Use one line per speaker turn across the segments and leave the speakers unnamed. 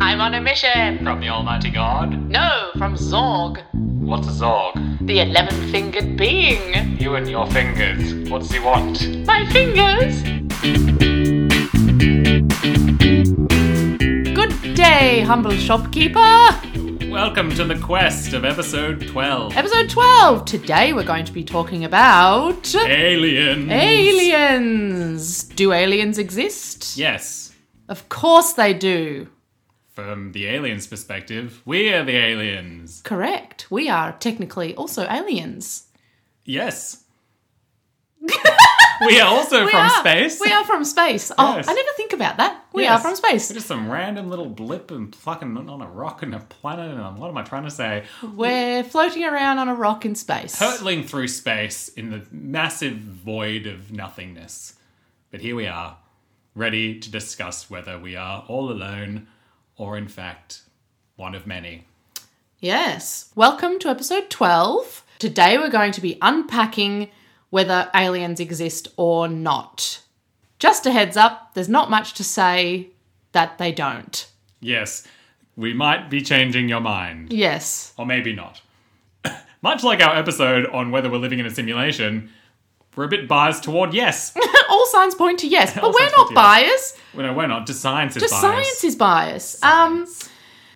I'm on a mission.
From the Almighty God?
No, from Zorg,
What's a Zorg?
the eleven fingered being.
You and your fingers. What does he want?
My fingers! Good day, humble shopkeeper!
Welcome to the quest of episode 12.
Episode 12. Today we're going to be talking about
Alien.
aliens. Do aliens exist?
Yes.
Of course they do.
From the aliens' perspective, we are the aliens.
Correct. We are technically also aliens.
Yes. we are also
We
from
are.
space.
We are from space. Oh,
Yes.
I never think about that. We
Yes.
are from space.
We're just some random little blip and plucking on a rock and a planet and um, what am I trying to say?
We're floating around on a rock in space.
Hurtling through space in the massive void of nothingness. But here we are, ready to discuss whether we are all alone or in fact one of many.
Yes. Welcome to episode 12. Today we're going to be unpacking whether aliens exist or not. Just a heads up, there's not much to say that they don't.
Yes, we might be changing your mind.
Yes.
Or maybe not. Much like our episode on whether we're living in a simulation, we're a bit biased toward yes.
All signs point to yes, but
All
we're
signs
not
point to
biased.
well, no, we're not. Just science is
Just
biased.
science is biased. Um,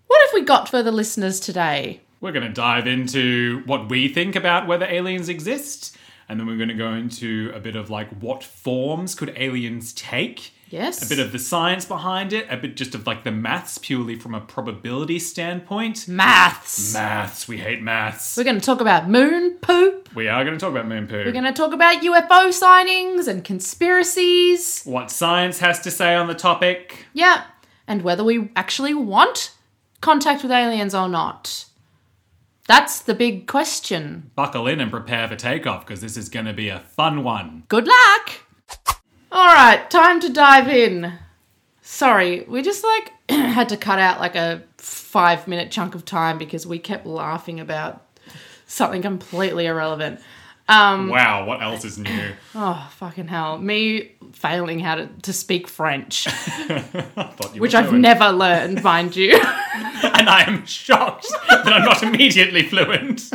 what have we got for the listeners today?
We're going to dive into what we think about whether aliens exist, and then we're going to go into a bit of like what forms could aliens take,
Yes.
a bit of the science behind it, a bit just of like the maths purely from a probability standpoint.
maths.
Maths, we hate maths.
We're going to talk about moon poop.
We are going to talk about moon poo.
We're going to talk about UFO sightings and conspiracies.
what science has to say on the topic.
Yeah. And whether we actually want contact with aliens or not. That's the big question.
Buckle in and prepare for takeoff because this is going to be a fun one.
Good luck! All right, time to dive in. Sorry, we just like had to cut out like a five minute chunk of time because we kept laughing about something completely irrelevant.
Wow, what else is new?
Oh, fucking hell. Me failing how to, to speak French,
I thought you
which
were
I've
fluent.
never learned, mind you.
and I am shocked that I'm not immediately fluent.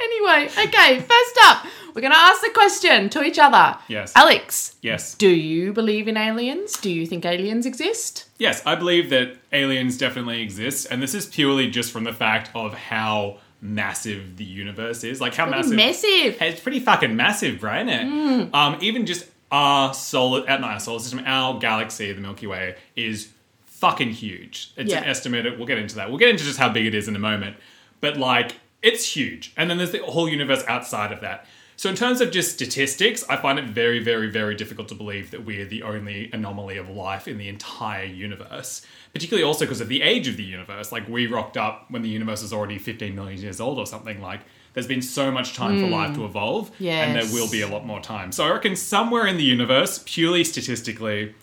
Anyway, okay, first up, we're going to ask the question to each other.
Yes.
Alex,
Yes.
do you believe in aliens? Do you think aliens exist?
Yes, I believe that aliens definitely exist, and this is purely just from the fact of how massive the universe is. Like how massive
Massive.
Hey, it's pretty fucking massive, right? Isn't it? Um, even just our solar, uh, not our solar system, our galaxy, the Milky Way, is fucking huge. It's an
Yeah.
estimate. We'll get into that. We'll get into just how big it is in a moment. But like, it's huge. And then there's the whole universe outside of that. So in terms of just statistics, I find it very, very, very difficult to believe that we're the only anomaly of life in the entire universe. Particularly also because of the age of the universe. Like we rocked up when the universe is already 15 million years old or something. Like there's been so much time for life to evolve. And there
Yes.
will be a lot more time. So I reckon somewhere in the universe, purely statistically,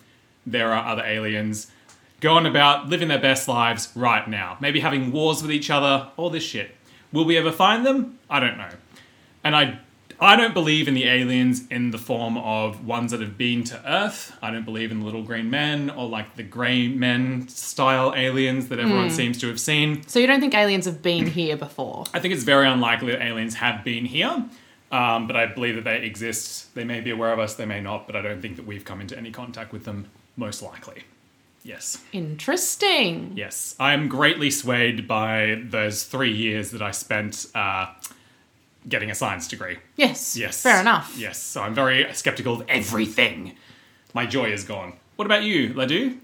there are other aliens going about living their best lives right now. Maybe having wars with each other, all this shit. Will we ever find them? I don't know. And I I don't believe in the aliens in the form of ones that have been to Earth. I don't believe in the little green men or like the grey men style aliens that everyone seems to have seen.
So you don't think aliens have been here before?
I think it's very unlikely that aliens have been here, um, but I believe that they exist. They may be aware of us, they may not, but I don't think that we've come into any contact with them, most likely. Yes.
Interesting.
Yes. I am greatly swayed by those three years that I spent uh, getting a science degree.
Yes.
Yes.
Fair enough.
Yes. So I'm very skeptical of everything. My joy is gone. What about you, Ledoux?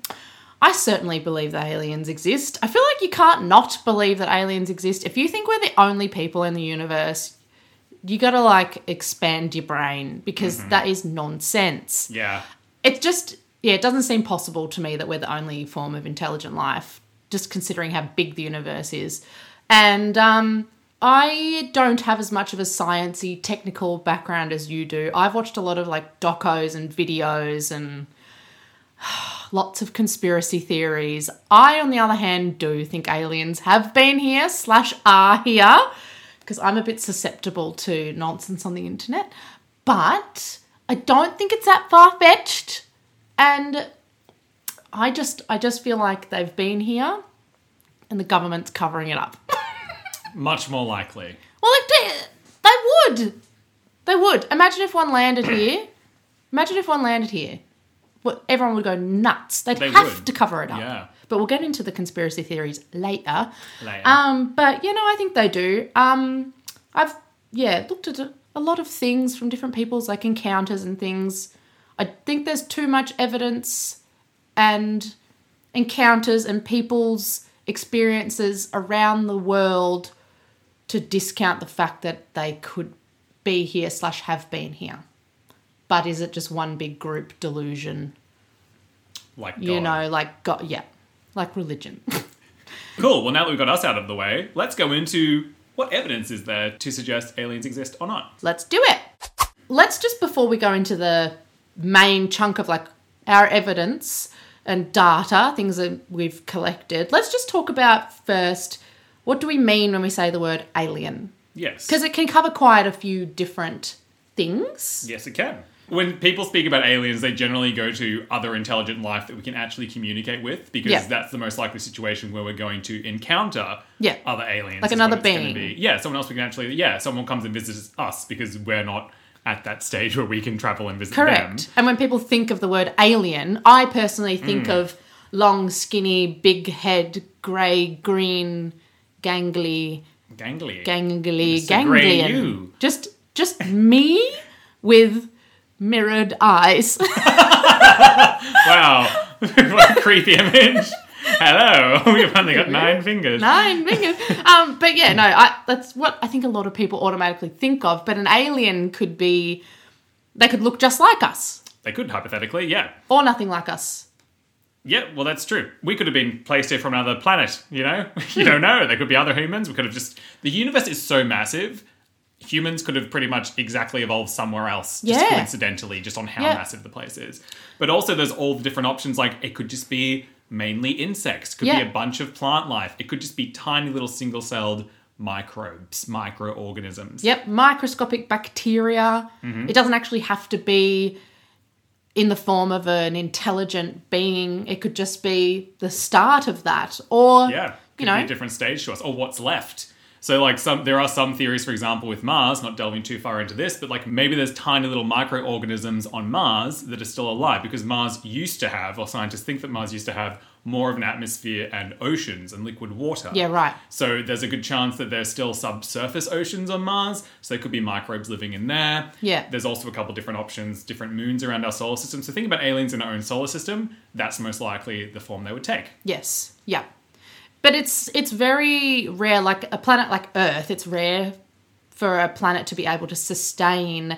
I certainly believe that aliens exist. I feel like you can't not believe that aliens exist. If you think we're the only people in the universe, you got to like expand your brain because
Mm-hmm.
that is nonsense.
Yeah.
it just yeah it doesn't seem possible to me that we're the only form of intelligent life just considering how big the universe is and um i don't have as much of a sciencey technical background as you do i've watched a lot of like docos and videos and lots of conspiracy theories i on the other hand do think aliens have been here slash are here because i'm a bit susceptible to nonsense on the internet but I don't think it's that far fetched. And I just I just feel like they've been here and the government's covering it up.
Much more likely.
Well, like they, they would. They would. Imagine if one landed here. Imagine if one landed here. What everyone would go nuts. They'd
They
have
would.
to cover it up.
Yeah.
But we'll get into the conspiracy theories later.
Later.
Um, but you know, I think they do. Um, I've yeah looked at a- a lot of things from different people's like encounters and things. I think there's too much evidence and encounters and people's experiences around the world to discount the fact that they could be here slash have been here. But is it just one big group delusion?
like
You
God.
know, like God, yeah, like religion.
Cool. Well, now that we've got us out of the way, let's go into what evidence is there to suggest aliens exist or not.
Let's do it. Let's just before we go into the main chunk of like our evidence and data, things that we've collected, let's just talk about first what do we mean when we say the word alien?
Yes.
Because it can cover quite a few different things.
Yes, it can. When people speak about aliens, they generally go to other intelligent life that we can actually communicate with because
Yeah.
that's the most likely situation where we're going to encounter
Yeah.
other aliens.
Like
is what
another
it's gonna
being.
be. Yeah, someone else we can actually, yeah, someone comes and visits us because we're not at that stage where we can travel and visit them.
Correct. And when people think of the word alien, I personally think of long, skinny, big head, grey, green, gangly,
Gangly.
gangly,
Mr. Grey,
ganglion.
you.
Just, just me with mirrored eyes.
wow. what a creepy image. Hello. We've only got nine fingers.
Nine fingers. Um, but yeah, no, I, that's what I think a lot of people automatically think of. But an alien could be, they could look just like us
They could, hypothetically, yeah.
or nothing like us.
Yeah, well, that's true. We could have been placed here from another planet, you know? you don't know. There could be other humans. We could have just. The universe is so massive. Humans could have pretty much exactly evolved somewhere else, just
Yeah.
coincidentally, just on how
Yeah.
massive the place is. But also, there's all the different options. Like, it could just be mainly insects, could
Yeah.
be a bunch of plant life, it could just be tiny little single celled microbes, microorganisms.
Yep, microscopic bacteria.
Mm-hmm.
It doesn't actually have to be in the form of an intelligent being. It could just be the start of that, or
Yeah,
you
could
know,
be a different stage to us, or what's left. So, like some, there are some theories, for example, with Mars. Not delving too far into this, but like maybe there's tiny little microorganisms on Mars that are still alive because Mars used to have, or scientists think that Mars used to have more of an atmosphere and oceans and liquid water.
yeah, right.
So there's a good chance that there's still subsurface oceans on Mars, so there could be microbes living in there.
Yeah.
There's also a couple different options, different moons around our solar system. So think about aliens in our own solar system. That's most likely the form they would take.
Yes, yeah. But it's it's very rare. Like a planet like Earth, it's rare for a planet to be able to sustain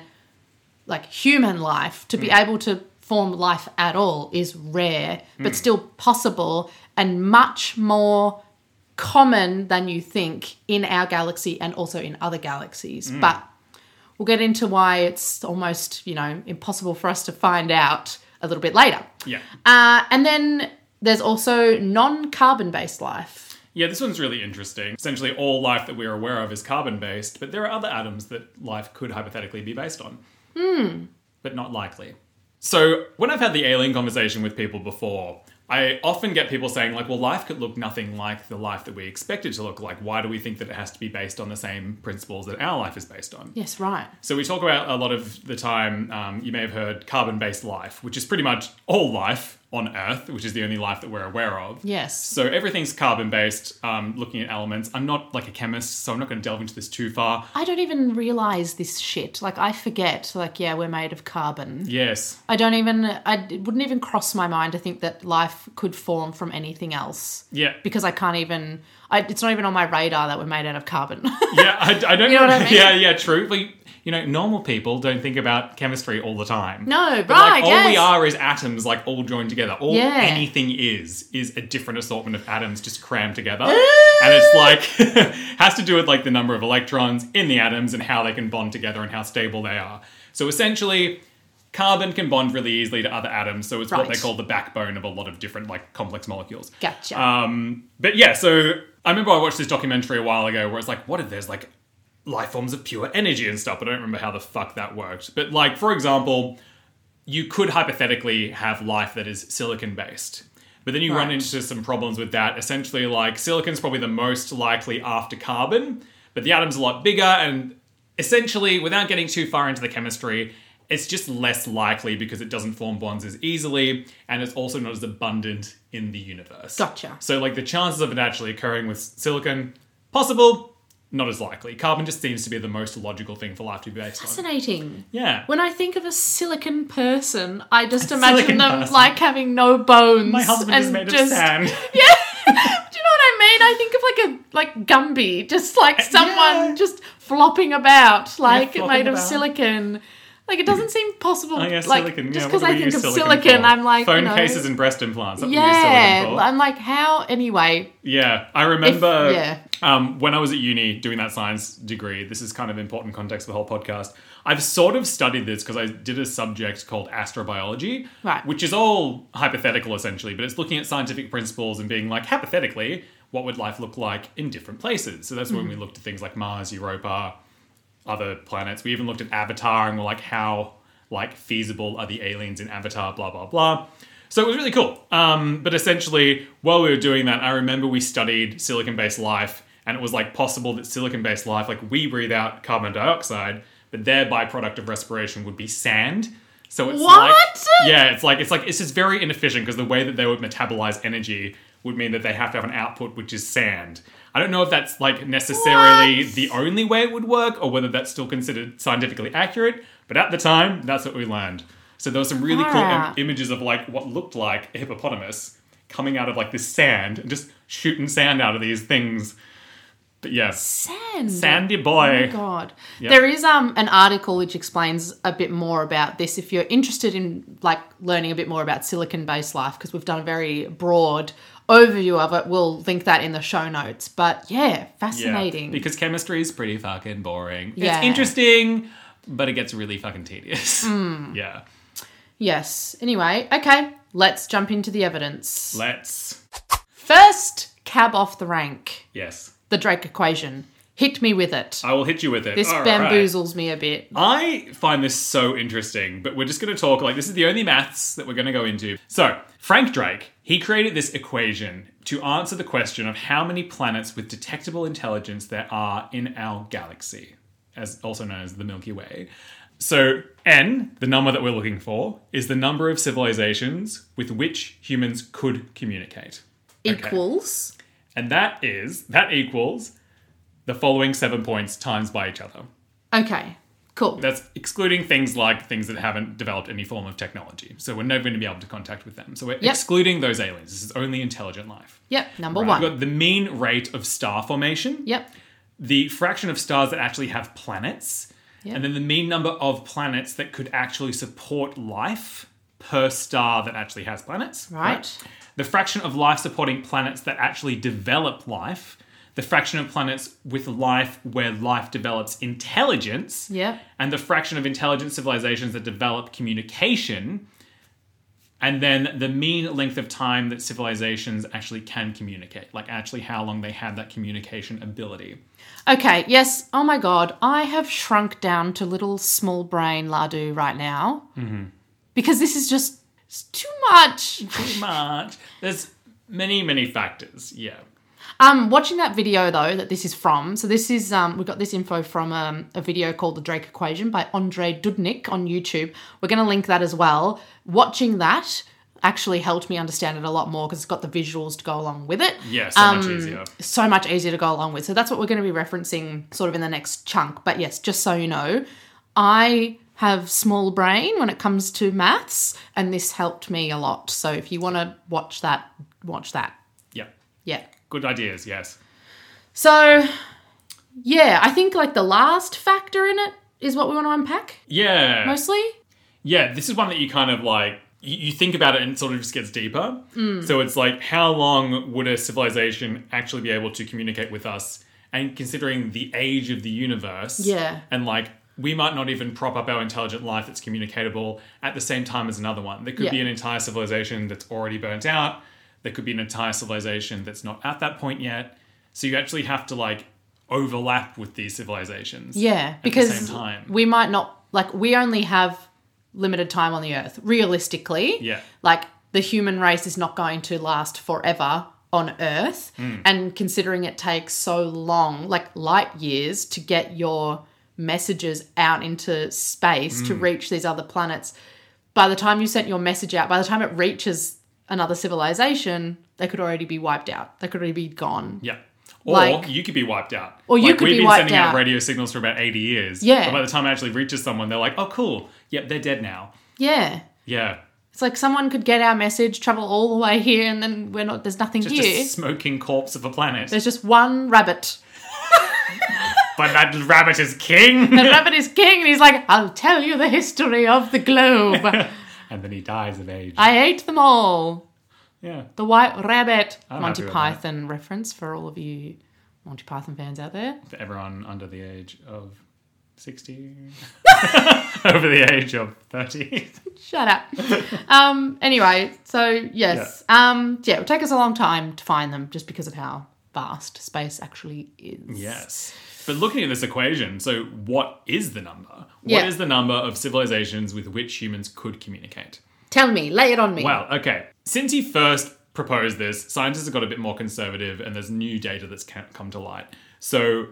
like human life to be able to form life at all is rare but still possible and much more common than you think in our galaxy and also in other galaxies but we'll get into why it's almost you know impossible for us to find out a little bit later
Yeah.
uh, and then there's also non-carbon based life
Yeah, this one's really interesting. Essentially, all life that we're aware of is carbon based, but there are other atoms that life could hypothetically be based on. Hmm. But not likely. So, when I've had the alien conversation with people before, I often get people saying, like, well, life could look nothing like the life that we expect it to look like. Why do we think that it has to be based on the same principles that our life is based on?
yes right
So we talk about a lot of the time. Um, you may have heard carbon-based life, which is pretty much all life on Earth, which is the only life that we're aware of.
Yes.
So everything's carbon-based. Um, looking at elements, I'm not like a chemist, so I'm not going to delve into this too far.
i don't even realize this shit like i forget like yeah we're made of carbon
Yes,
I don't even. I it wouldn't even cross my mind to think that life could form from anything else.
yeah,
Because I can't even. I, it's not even on my radar that we're made out of carbon.
yeah. I, I don't.
You know what I mean?
Yeah, yeah. True. We, you know, normal people don't think about chemistry all the time.
no,
But,
right?
like, all we
yes.
are is atoms, like all joined together. All
Yeah.
anything is is a different assortment of atoms just crammed together, and it's like has to do with like the number of electrons in the atoms and how they can bond together and how stable they are. So essentially, carbon can bond really easily to other atoms. So it's what
Right.
they call the backbone of a lot of different like complex molecules.
Gotcha.
Um, but yeah, so I remember I watched this documentary a while ago where it's like, what if there's like life forms of pure energy and stuff? I don't remember how the fuck that worked. But like, for example, you could hypothetically have life that is silicon based. But then you run
Right.
into some problems with that. Essentially, like silicon's probably the most likely after carbon, but the atom's a lot bigger, and essentially, without getting too far into the chemistry, it's just less likely because it doesn't form bonds as easily, and it's also not as abundant in the universe.
Gotcha.
So, like, the chances of it actually occurring with silicon, possible, not as likely. Carbon just seems to be the most logical thing for life to be based on.
Fascinating.
Yeah.
When I think of a silicon person, I just imagine
silicon
them
person.
like having no bones.
My husband
and
is made of
just-
sand.
Yeah. Do you know what I mean? I think of like a like Gumby, just like someone
Uh, yeah.
just flopping about, like
flopping
made of
about.
silicon. Like it doesn't seem possible.
Oh yeah,
like,
silicon.
Just
yeah,
because
what
I
do we
think of
use
silicon,
for?
I'm like
phone
you know,
cases and breast implants. That's what we use
Yeah,
silicon for.
I'm like how anyway.
Yeah, I remember
If- yeah.
um, when I was at uni doing that science degree. This is kind of important context for the whole podcast. I've sort of studied this because I did a subject called astrobiology,
Right.
which is all hypothetical essentially, but it's looking at scientific principles and being like, hypothetically, what would life look like in different places? So that's
Hmm.
when we looked at things like Mars, Europa, other planets. We even looked at Avatar and were like, how like feasible are the aliens in Avatar? Blah blah blah. So it was really cool. Um, but essentially, while we were doing that, I remember we studied silicon-based life, and it was like possible that silicon-based life, like we breathe out carbon dioxide, but their byproduct of respiration would be sand. So it's
What?
like yeah, it's like it's like it's just very inefficient because the way that they would metabolize energy would mean that they have to have an output which is sand. I don't know if that's like necessarily
What?
the only way it would work or whether that's still considered scientifically accurate, but at the time, that's what we learned. So there were some really cool
Ah.
im- images of like what looked like a hippopotamus coming out of like this sand and just shooting sand out of these things. But yes,
Sand.
sandy
Oh
boy.
my god. There is um an article which explains a bit more about this if you're interested in like learning a bit more about silicon based life because we've done a very broad overview of it. We'll link that in the show notes. But yeah, fascinating.
Yeah, because chemistry is pretty fucking boring.
Yeah.
It's interesting, but it gets really fucking tedious.
Hmm.
Yeah.
yes. Anyway, okay, let's jump into the evidence.
Let's.
First, cab off the rank.
Yes.
The Drake equation. Hit me with it.
I will hit you with it.
This
All right.
bamboozles me a bit.
I find this so interesting, but we're just going to talk like this is the only maths that we're going to go into. So, Frank Drake, he created this equation to answer the question of how many planets with detectable intelligence there are in our galaxy, as also known as the Milky Way. So, n, the number that we're looking for, is the number of civilizations with which humans could communicate. Okay.
Equals.
And that is that equals the following 7 points times by each other.
Okay. Cool.
That's excluding things like things that haven't developed any form of technology. So we're never going to be able to contact with them. So we're
Yep.
excluding those aliens. This is only intelligent life.
Yep. Number
Right.
one.
We've got the mean rate of star formation,
Yep.
the fraction of stars that actually have planets,
Yep.
and then the mean number of planets that could actually support life per star that actually has planets.
Right.
The fraction of life supporting planets that actually develop life. The fraction of planets with life where life develops intelligence
Yep.
and the fraction of intelligent civilizations that develop communication, and then the mean length of time that civilizations actually can communicate, like actually how long they have that communication ability.
Okay, yes. Oh my god, I have shrunk down to little small brain Ladu right now. Mm-hmm. Because this is just it's too much.
Pretty much. There's many, many factors. Yeah.
Um, watching that video though that this is from. So this is um, we got this info from um, a video called the Drake Equation by Andre Dudnik on YouTube. We're going to link that as well. Watching that actually helped me understand it a lot more because it's got the visuals to go along with it.
Yeah, so much easier.
so much easier to go along with. So that's what we're going to be referencing sort of in the next chunk. But yes, just so you know, I have small brain when it comes to maths and this helped me a lot. So if you want to watch that, watch that.
Yeah.
Yeah.
Good ideas, yes.
So yeah, I think like the last factor in it is what we want to unpack
Yeah.
mostly.
Yeah, this is one that you kind of like you you think about it and it sort of just gets deeper.
Mm.
So it's like how long would a civilization actually be able to communicate with us? And considering the age of the universe,
Yeah.
and like we might not even prop up our intelligent life that's communicatable at the same time as another one. There could be
Yeah.
an entire civilization that's already burnt out. There could be an entire civilization that's not at that point yet. So you actually have to like overlap with these civilizations.
Yeah,
the
because
same time.
we might not like we only have limited time on the earth realistically.
Yeah.
Like the human race is not going to last forever on Earth.
Hmm.
And considering it takes so long, like light years, to get your messages out into space
Hmm.
to reach these other planets, by the time you sent your message out, by the time it reaches another civilization, they could already be wiped out. They could already be gone.
Yeah. Or
Like-
you could be wiped out.
Or you
Like,
could
we've
be
been
wiped
sending out
out.
radio signals for about 80 years.
Yeah.
But by the time it actually reaches someone, they're like, oh, cool. Yep, they're dead now.
Yeah.
Yeah.
It's like someone could get our message, travel all the way here, and then we're not. There's nothing
Just
here.
a smoking corpse of a planet.
There's just one rabbit.
but that rabbit is king.
The rabbit is king, and he's like, "I'll tell you the history of the globe.
and then he dies of age.
I ate them all."
yeah.
The White Rabbit,
I'm happy
Monty
with
Python reference for all of you Monty Python fans out there.
For everyone under the age of 60. Over the age of 30.
Shut up. um. Anyway, so yes. Um. Yeah, it would take us a long time to find them, just because of how vast space actually is.
Yes. But looking at this equation, so what is the number? What is
Yeah.
the number of civilizations with which humans could communicate?
Tell me, lay it on me.
Well, okay. Since he first proposed this, scientists have got a bit more conservative and there's new data that's ca- come to light. So,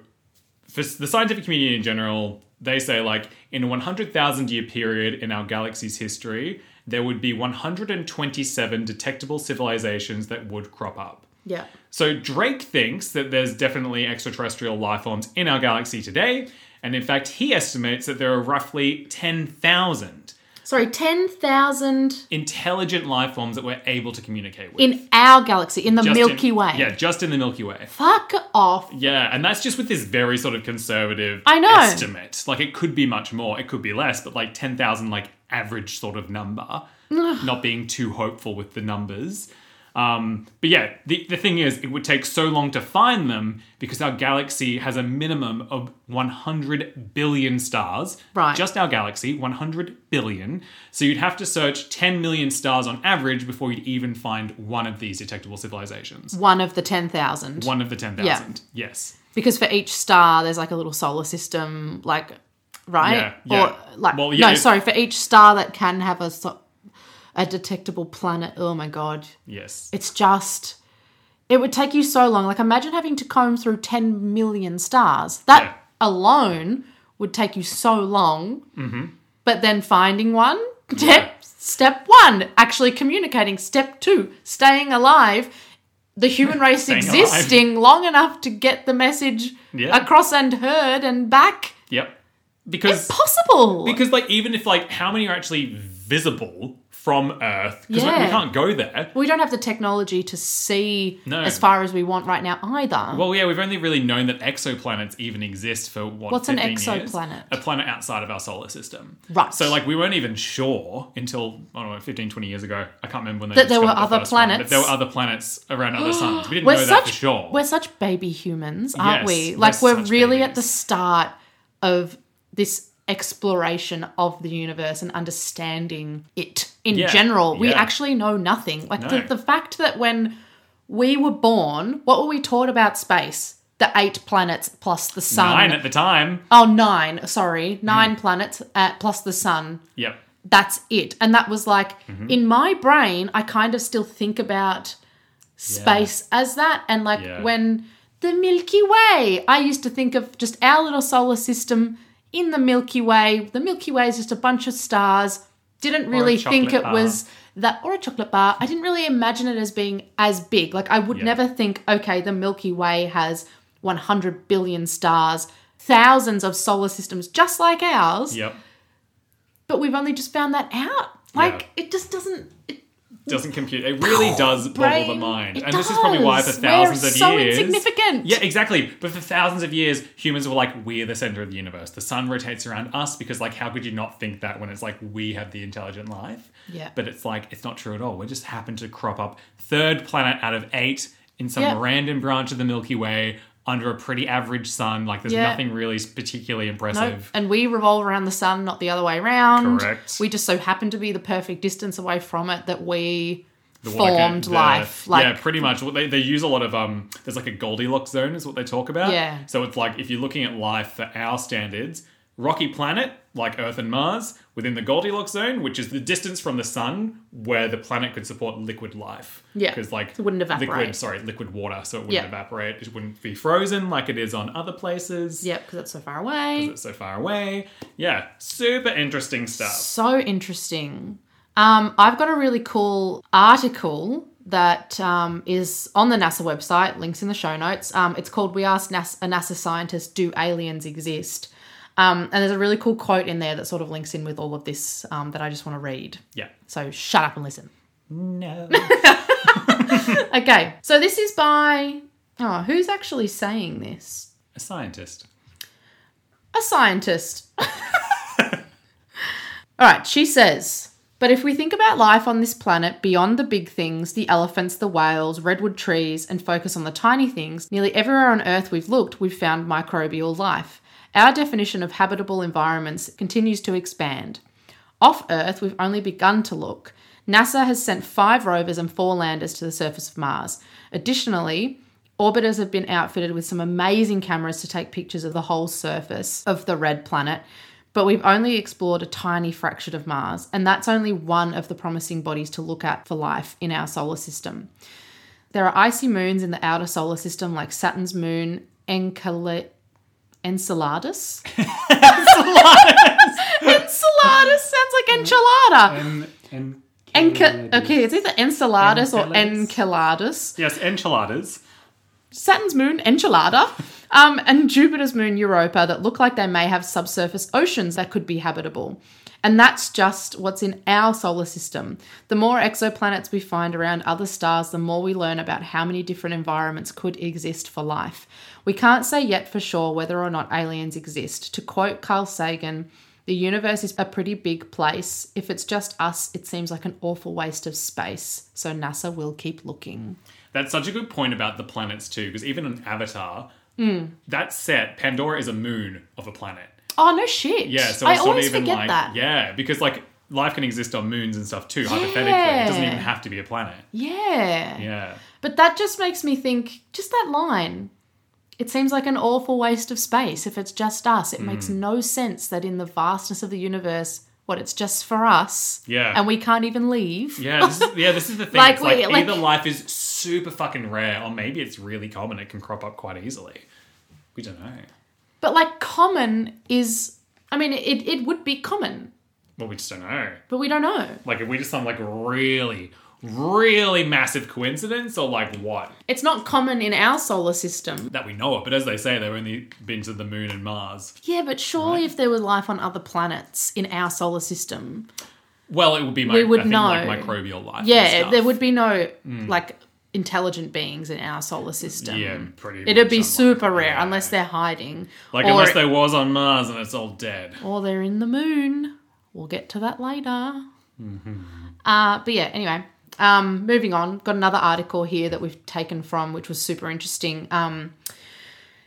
for s- the scientific community in general, they say, like, in a 100,000 year period in our galaxy's history, there would be 127 detectable civilizations that would crop up.
Yeah.
So Drake thinks that there's definitely extraterrestrial life forms in our galaxy today, and in fact, he estimates that there are roughly 10,000
Sorry, ten thousand
intelligent life forms that we're able to communicate with.
in our galaxy, in the
Just in-
Milky Way.
Yeah, just in the Milky Way.
Fuck off.
Yeah, and that's just with this very sort of conservative
I know.
estimate. Like it could be much more, it could be less, but like 10,000 like average sort of number, not being too hopeful with the numbers. Um, but yeah, the, the thing is, it would take so long to find them because our galaxy has a minimum of 100 billion stars.
Right.
Just our galaxy, 100 billion. So you'd have to search 10 million stars on average before you'd even find one of these detectable civilizations.
One of the ten thousand.
One of the 10,000. Yes.
Because for each star, there's like a little solar system, like right?
Yeah, yeah.
Or like
Well, yeah,
no,
it-
sorry. For each star that can have a so- a detectable planet. Oh my god,
Yes.
it's just. It would take you so long. Like imagine having to comb through ten million stars. That
Yeah.
alone would take you so long. Mm-hmm. But then finding one. Step, step one, actually communicating. Step two, staying alive. The human race
Staying alive.
existing long enough to get the message
Yeah.
across and heard and back.
Yep. Because
Possible.
because like even if like how many are actually visible from Earth? Because we
Yeah.
can't go there.
we don't have the technology to see
No.
as far as we want right now either.
Well, yeah, we've only really known that exoplanets even exist for what?
What's an
15 years?
exoplanet?
A planet outside of our solar system.
Right.
So like we weren't even sure until I don't know 15, 20 years ago. I can't remember when they
That there
discovered
were
the
other
first one, but
planets.
there were other planets around other suns. We didn't
we're
know that
such
for sure.
we're such baby humans, aren't
Yes,
we?
we're
Like we're
such
really
babies.
at the start of this exploration of the universe and understanding it in
Yeah,
general. We
yeah.
actually know nothing. Like
No.
the, the fact that when we were born, what were we taught about space? The eight planets plus the sun.
Nine Hmm. at the time.
Oh, nine. Sorry, nine planets uh, plus the sun.
Yep.
that's it. And that was like
Mm-hmm.
in my brain, I kind of still think about space as that. And like
Yeah.
when the Milky Way, I used to think of just our little solar system in the Milky Way. The Milky Way is just a bunch of stars. Didn't really think
chocolate
it was that, or a chocolate bar. I didn't really imagine it as being as big. Like I would never think, okay, the Milky Way has 100 billion stars, thousands of solar systems just like ours
Yep.
but we've only just found that out. Like it just doesn't. It,
Doesn't compute. It really does boggle the
brain.
mind,
It
and this is probably why for
does.
thousands
We're
of
so
years,
insignificant.
Yeah, exactly. But for thousands of years, humans were like, we're the center of the universe. The sun rotates around us because, like, how could you not think that when it's like we have the intelligent life?
Yeah.
But it's like it's not true at all. We just happen to crop up third planet out of eight in some
Yeah.
random branch of the Milky Way under a pretty average sun. Like, there's
Yeah.
nothing really particularly
no,
impressive.
and we revolve around the sun, not the other way around.
Correct.
We just so happen to be the perfect distance away from it that we
the water-
formed
the-
life. Like
yeah, pretty much. Well, They, they use a lot of um. There's like a Goldilocks zone is what they talk about.
Yeah.
So it's like if you're looking at life for our standards, rocky planet like Earth and Mars within the Goldilocks zone, which is the distance from the sun where the planet could support liquid life.
Yeah.
because like
It wouldn't
Liquid,
evaporate.
sorry, liquid water, so it wouldn't
Yeah.
evaporate. It wouldn't be frozen like it is on other places.
Yep, because that's so far away.
It's so far away. Yeah, super interesting stuff.
So interesting. Um, I've got a really cool article that um, is on the NASA website, links in the show notes. Um, it's called We Asked NASA, a NASA Scientist, Do Aliens Exist? Um, and there's a really cool quote in there that sort of links in with all of this um, that I just want to read.
Yeah.
So shut up and listen.
No.
Okay, so this is by. Oh, who's actually saying this?
a scientist.
a scientist. All right, she says, but if we think about life on this planet beyond the big things, the elephants, the whales, redwood trees, and focus on the tiny things, nearly everywhere on Earth we've looked, we've found microbial life. Our definition of habitable environments continues to expand. Off Earth, we've only begun to look. NASA has sent five rovers and four landers to the surface of Mars. Additionally, orbiters have been outfitted with some amazing cameras to take pictures of the whole surface of the red planet, but we've only explored a tiny fraction of Mars, and that's only one of the promising bodies to look at for life in our solar system. There are icy moons in the outer solar system, like Saturn's moon Encele- Enceladus. Enceladus sounds like enchilada.
And, and
Enca- okay, it's either Enceladus or
Enceladus.
Enceladus.
yes, enchiladas.
Saturn's moon Enchilada, um, and Jupiter's moon Europa that look like they may have subsurface oceans that could be habitable. And that's just what's in our solar system. The more exoplanets we find around other stars, the more we learn about how many different environments could exist for life. We can't say yet for sure whether or not aliens exist. To quote Carl Sagan, the universe is a pretty big place. If it's just us, it seems like an awful waste of space. So NASA will keep looking.
That's such a good point about the planets too, because even in Avatar, that set Pandora is a moon of a planet.
Oh no shit!
Yeah, so
I
it's not
always
even
forget
like
that. Yeah.
yeah, because like life can exist on moons and stuff too. Hypothetically, it doesn't even
Yeah.
have to be a planet. Yeah,
but that just makes me think. Just that line. It seems like an awful waste of space if it's just us. It makes
Mm.
no sense that in the vastness of the universe, what it's just for us,
Yeah.
and we can't even leave.
yeah, this is, yeah. This is the thing.
Like
it's like,
we- like-
either life is super fucking rare, or maybe it's really common. It can crop up quite easily. We don't know.
But like common is, I mean, it it would be common,
Well, we just don't know.
but we don't know.
Like, if we just some like really, really massive coincidence, or like what
It's not common in our solar system.
that we know of. But as they say, they've only been to the moon and Mars.
Yeah, but surely if there was life on other planets in our solar system,
Well, it would be my,
We would
I think, like
know.
microbial life. and
Yeah,
stuff. Mm.
there would be no like intelligent beings in our solar system.
Yeah, pretty.
It'd
much
be
unlikely.
super rare
Yeah.
unless they're hiding.
like
or,
unless there was on Mars and it's all dead.
or they're in the moon. We'll get to that later. Uh, but yeah, anyway, um, moving on. Got another article here that we've taken from, which was super interesting. Um,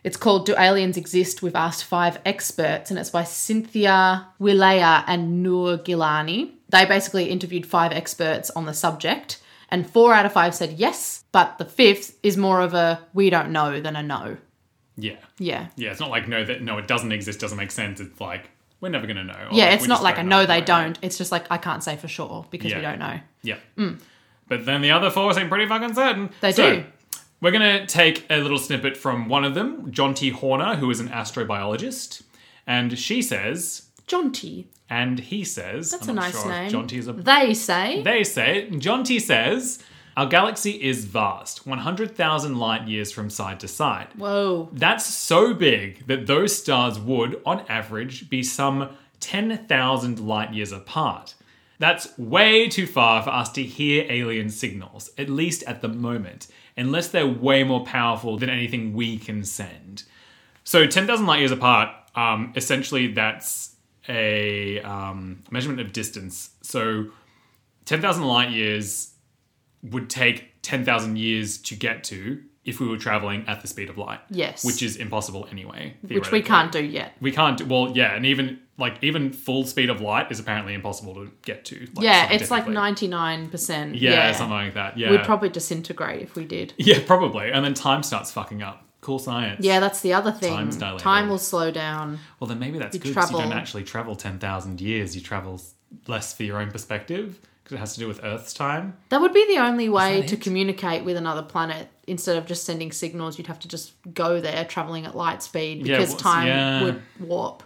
it's called Do Aliens Exist? We've asked five experts, and it's by Cynthia Wilaya and Noor Gilani. They basically interviewed five experts on the subject, and four out of five said yes, but the fifth is more of a we don't know than a no.
Yeah,
Yeah.
yeah. It's not like no that no, it doesn't exist. Doesn't make sense. It's like we're never gonna know. or,
Yeah,
like,
it's
we
not
just
like a
don't
no,
know
they
right now.
don't. It's just like I can't say for sure because we
Yeah.
don't know.
Yeah. But then the other four seem pretty fucking certain.
Mm. They
So,
do.
We're going to take a little snippet from one of them, John T. Horner, who is an astrobiologist. And she says,
Jaunty,
and he says,
that's
I'm
a
not
nice
sure if
name.
John T is a
They say.
they say, John T says, our galaxy is vast, 100,000 light years from side to side.
Whoa.
That's so big that those stars would, on average, be some 10,000 light years apart. That's way too far for us to hear alien signals, at least at the moment, unless they're way more powerful than anything we can send. So 10,000 light years apart, um, essentially that's a um, measurement of distance. So 10,000 light years would take 10,000 years to get to if we were traveling at the speed of light.
Yes.
Which is impossible anyway.
Which we
theoretically.
can't do yet.
We can't. do- Well, yeah, and even like even full speed of light is apparently impossible to get to. like,
Yeah, it's like
scientifically.
99%.
Yeah,
Yeah,
something like that. Yeah.
We'd probably disintegrate if we did.
yeah, probably. And then time starts fucking up Cool science.
Yeah, that's the other thing.
Time's dilated.
Time will slow down.
Well, then maybe that's
You
good because you don't
travel-
actually travel 10,000 years. You travel s- less for your own perspective because it has to do with Earth's time.
That would be the only way
that
to
it?
communicate with another planet. Instead of just sending signals, you'd have to just go there traveling at light speed
Yeah,
because
what's-
time
yeah.
would warp.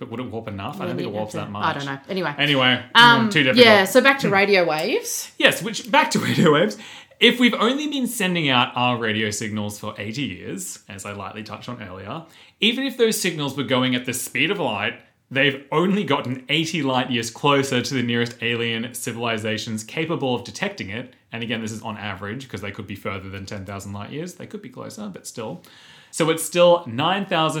But would it warp enough? I
Then
don't think it
you'd have
warps
to-
that much.
I don't know. Anyway.
Anyway,
Um,
too difficult.
yeah, so back to radio waves.
Yes, which back to radio waves. If we've only been sending out our radio signals for 80 years, as I lightly touched on earlier, even if those signals were going at the speed of light, they've only gotten 80 light years closer to the nearest alien civilizations capable of detecting it. And again, this is on average because they could be further than 10,000 light years. They could be closer, but still. So it's still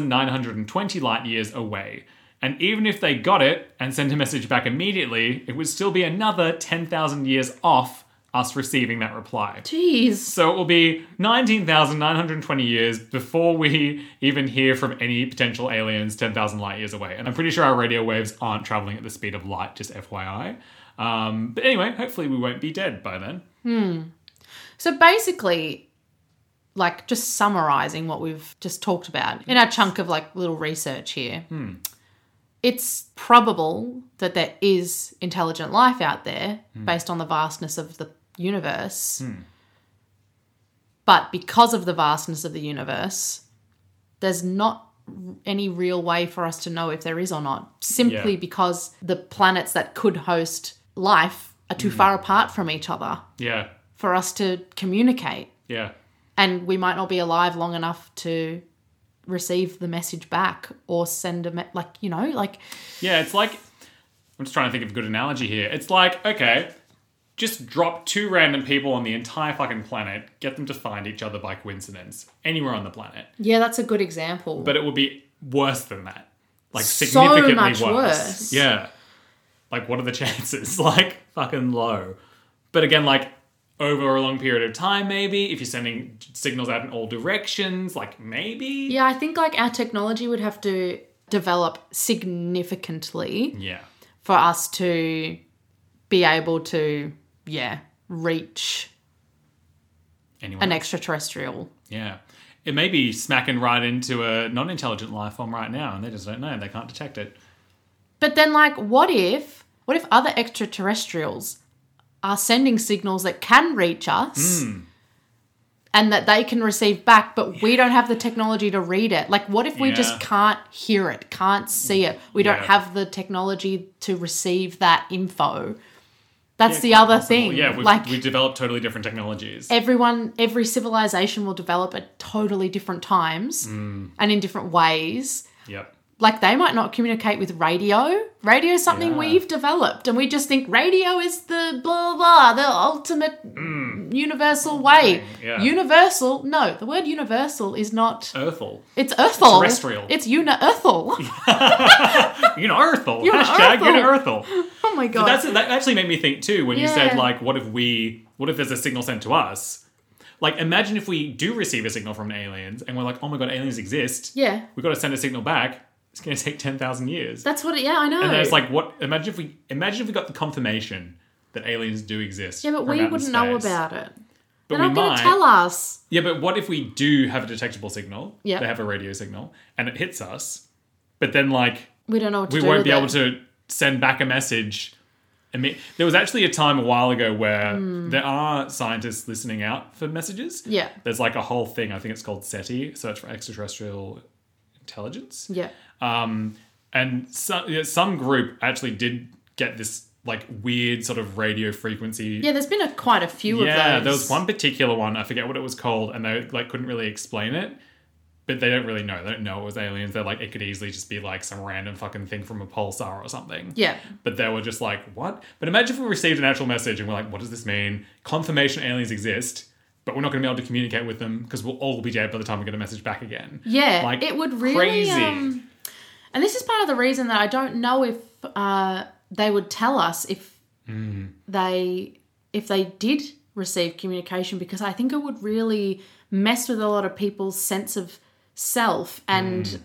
9,920 light years away. And even if they got it and sent a message back immediately, it would still be another 10,000 years off us receiving that reply.
Jeez.
So it will be 19,920 years before we even hear from any potential aliens 10,000 light years away. And I'm pretty sure our radio waves aren't traveling at the speed of light, just FYI. Um, but anyway, hopefully we won't be dead by then.
So basically, like just summarizing what we've just talked about in our chunk of like little research here, it's probable that there is intelligent life out there based on the vastness of the universe. But because of the vastness of the universe, there's not any real way for us to know if there is or not, simply
Yeah.
because the planets that could host life are too far apart from each other
Yeah,
for us to communicate
yeah.
and we might not be alive long enough to receive the message back or send a me- like you know like
Yeah, it's like I'm just trying to think of a good analogy here. It's like, okay, just drop two random people on the entire fucking planet, get them to find each other by coincidence anywhere on the planet.
yeah that's a good example
But it would be worse than that. Like
So
significantly
much
worse.
worse.
Yeah. Like what are the chances? Like fucking low. But again, like over a long period of time, maybe if you're sending signals out in all directions, like maybe.
yeah i think like our technology would have to develop significantly
Yeah.
for us to be able to yeah reach
Anyway.
an extraterrestrial
Yeah. It may be smacking right into a non intelligent life form right now, and they just don't know. They can't detect it.
But then, like, what if, what if other extraterrestrials are sending signals that can reach us
Hmm.
and that they can receive back, but we don't have the technology to read it? Like, what if we
Yeah.
just can't hear it, can't see it? We don't
Yeah.
have the technology to receive that info. That's
Yeah,
the
quite
other
possible.
thing.
Yeah, we've,
like, Eh.
we've developed totally different technologies.
everyone every civilization will develop at totally different times
Hmm.
and in different ways
Yep.
like they might not communicate with radio. Radio is something
Yeah.
we've developed, and we just think radio is the blah blah, the ultimate universal way.
Mm. yeah.
Universal? No, the word universal is not.
Earthal.
It's earthal.
terrestrial.
It's uni-earthal.
You know, Earthal.
You're an
Hashtag you know,
Earthal.
Earthal.
oh my god.
But that's, that actually made me think too when you
Yeah.
said, like, what if we, what if there's a signal sent to us? Like, imagine if we do receive a signal from aliens and we're like, oh my god, aliens exist.
yeah,
We've got to send a signal back. It's going to take 10,000 years.
that's what. It, yeah, I know.
And then it's like, what? Imagine if we imagine if we got the confirmation that aliens do exist.
yeah, but
from
we
out in
wouldn't know
space.
about it.
But
They're not
we
going
might.
to tell us.
Yeah, but what if we do have a detectable signal?
Yeah.
They have a radio signal, and it hits us, but then like
We don't know what to
we
do.
won't
with
be
it.
able to send back a message. I mean, there was actually a time a while ago where there are scientists listening out for messages.
Hmm. Yeah.
There's like a whole thing. I think it's called SETI, Search for Extraterrestrial Intelligence.
Yeah.
Um, and some, yeah, some group actually did get this like weird sort of radio frequency.
Yeah, there's been a, quite a few
Yeah,
of those.
there was one particular one. I forget what it was called, and they like couldn't really explain it. But they don't really know. They don't know it was aliens. They're like it could easily just be like some random fucking thing from a pulsar or something.
Yeah.
But they were just like, what? But imagine if we received an actual message and we're like, what does this mean? Confirmation aliens exist, but we're not going to be able to communicate with them because we'll all be dead by the time we get a message back again.
Yeah,
Like,
it would really.
crazy.
Um, and this is part of the reason that I don't know if uh, they would tell us if they if they did receive communication because I think it would really mess with a lot of people's sense of self and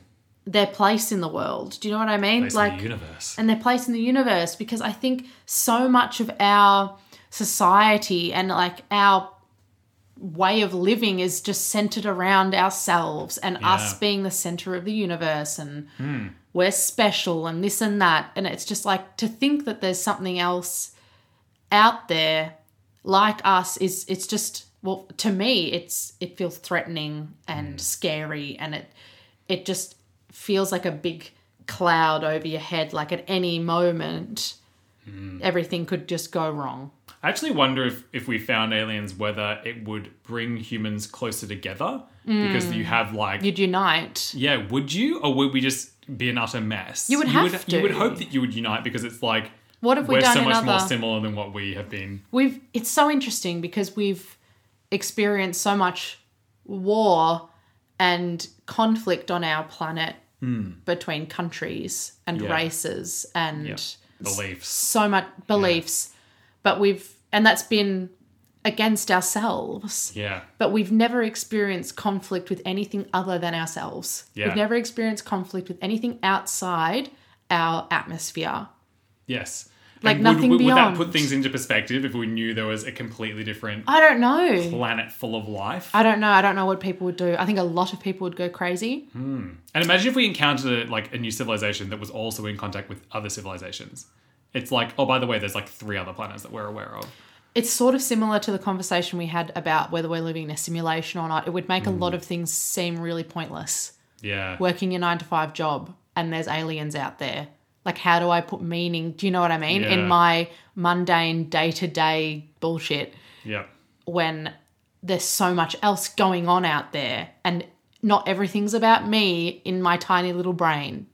their place in the world. Do you know what I mean?
Based on the universe.
and their place in the universe because I think so much of our society and like our way of living is just centered around ourselves and us
Yeah.
being the center of the universe and we're special and this and that. And it's just like to think that there's something else out there like us is it's just well to me it's it feels threatening
Mm.
and scary and it it just feels like a big cloud over your head like at any moment
Mm.
everything could just go wrong
I actually wonder if, if we found aliens, whether it would bring humans closer together
Hmm.
because you have like,
you'd unite
yeah, would you? Or would we just be an utter mess? You
would
would,
have
You would
to.
hope that you would unite because it's like,
What have we
we're
done
so
in
much more
other-
similar than what we have been.
we've it's so interesting because we've experienced so much war and conflict on our planet between countries and
Hmm. Yeah.
races and
Yeah. Beliefs.
so much beliefs but we've and that's been against ourselves
Yeah.
but we've never experienced conflict with anything other than ourselves
Yeah.
we've never experienced conflict with anything outside our atmosphere
Yes.
Like
would-
nothing
would, would that
beyond.
put things into perspective if we knew there was a completely different
i don't know
planet full of life?
I don't know. I don't know what people would do. I think a lot of people would go crazy.
And imagine if we encountered like a new civilization that was also in contact with other civilizations. It's like, oh, by the way, there's like three other planets that we're aware of.
It's sort of similar to the conversation we had about whether we're living in a simulation or not. It would make a lot of things seem really pointless.
Yeah.
Working your nine to five job and there's aliens out there. Like, how do I put meaning? Do you know what I mean?
Yeah.
In my mundane day to day bullshit
yeah.
when there's so much else going on out there and not everything's about me in my tiny little brain.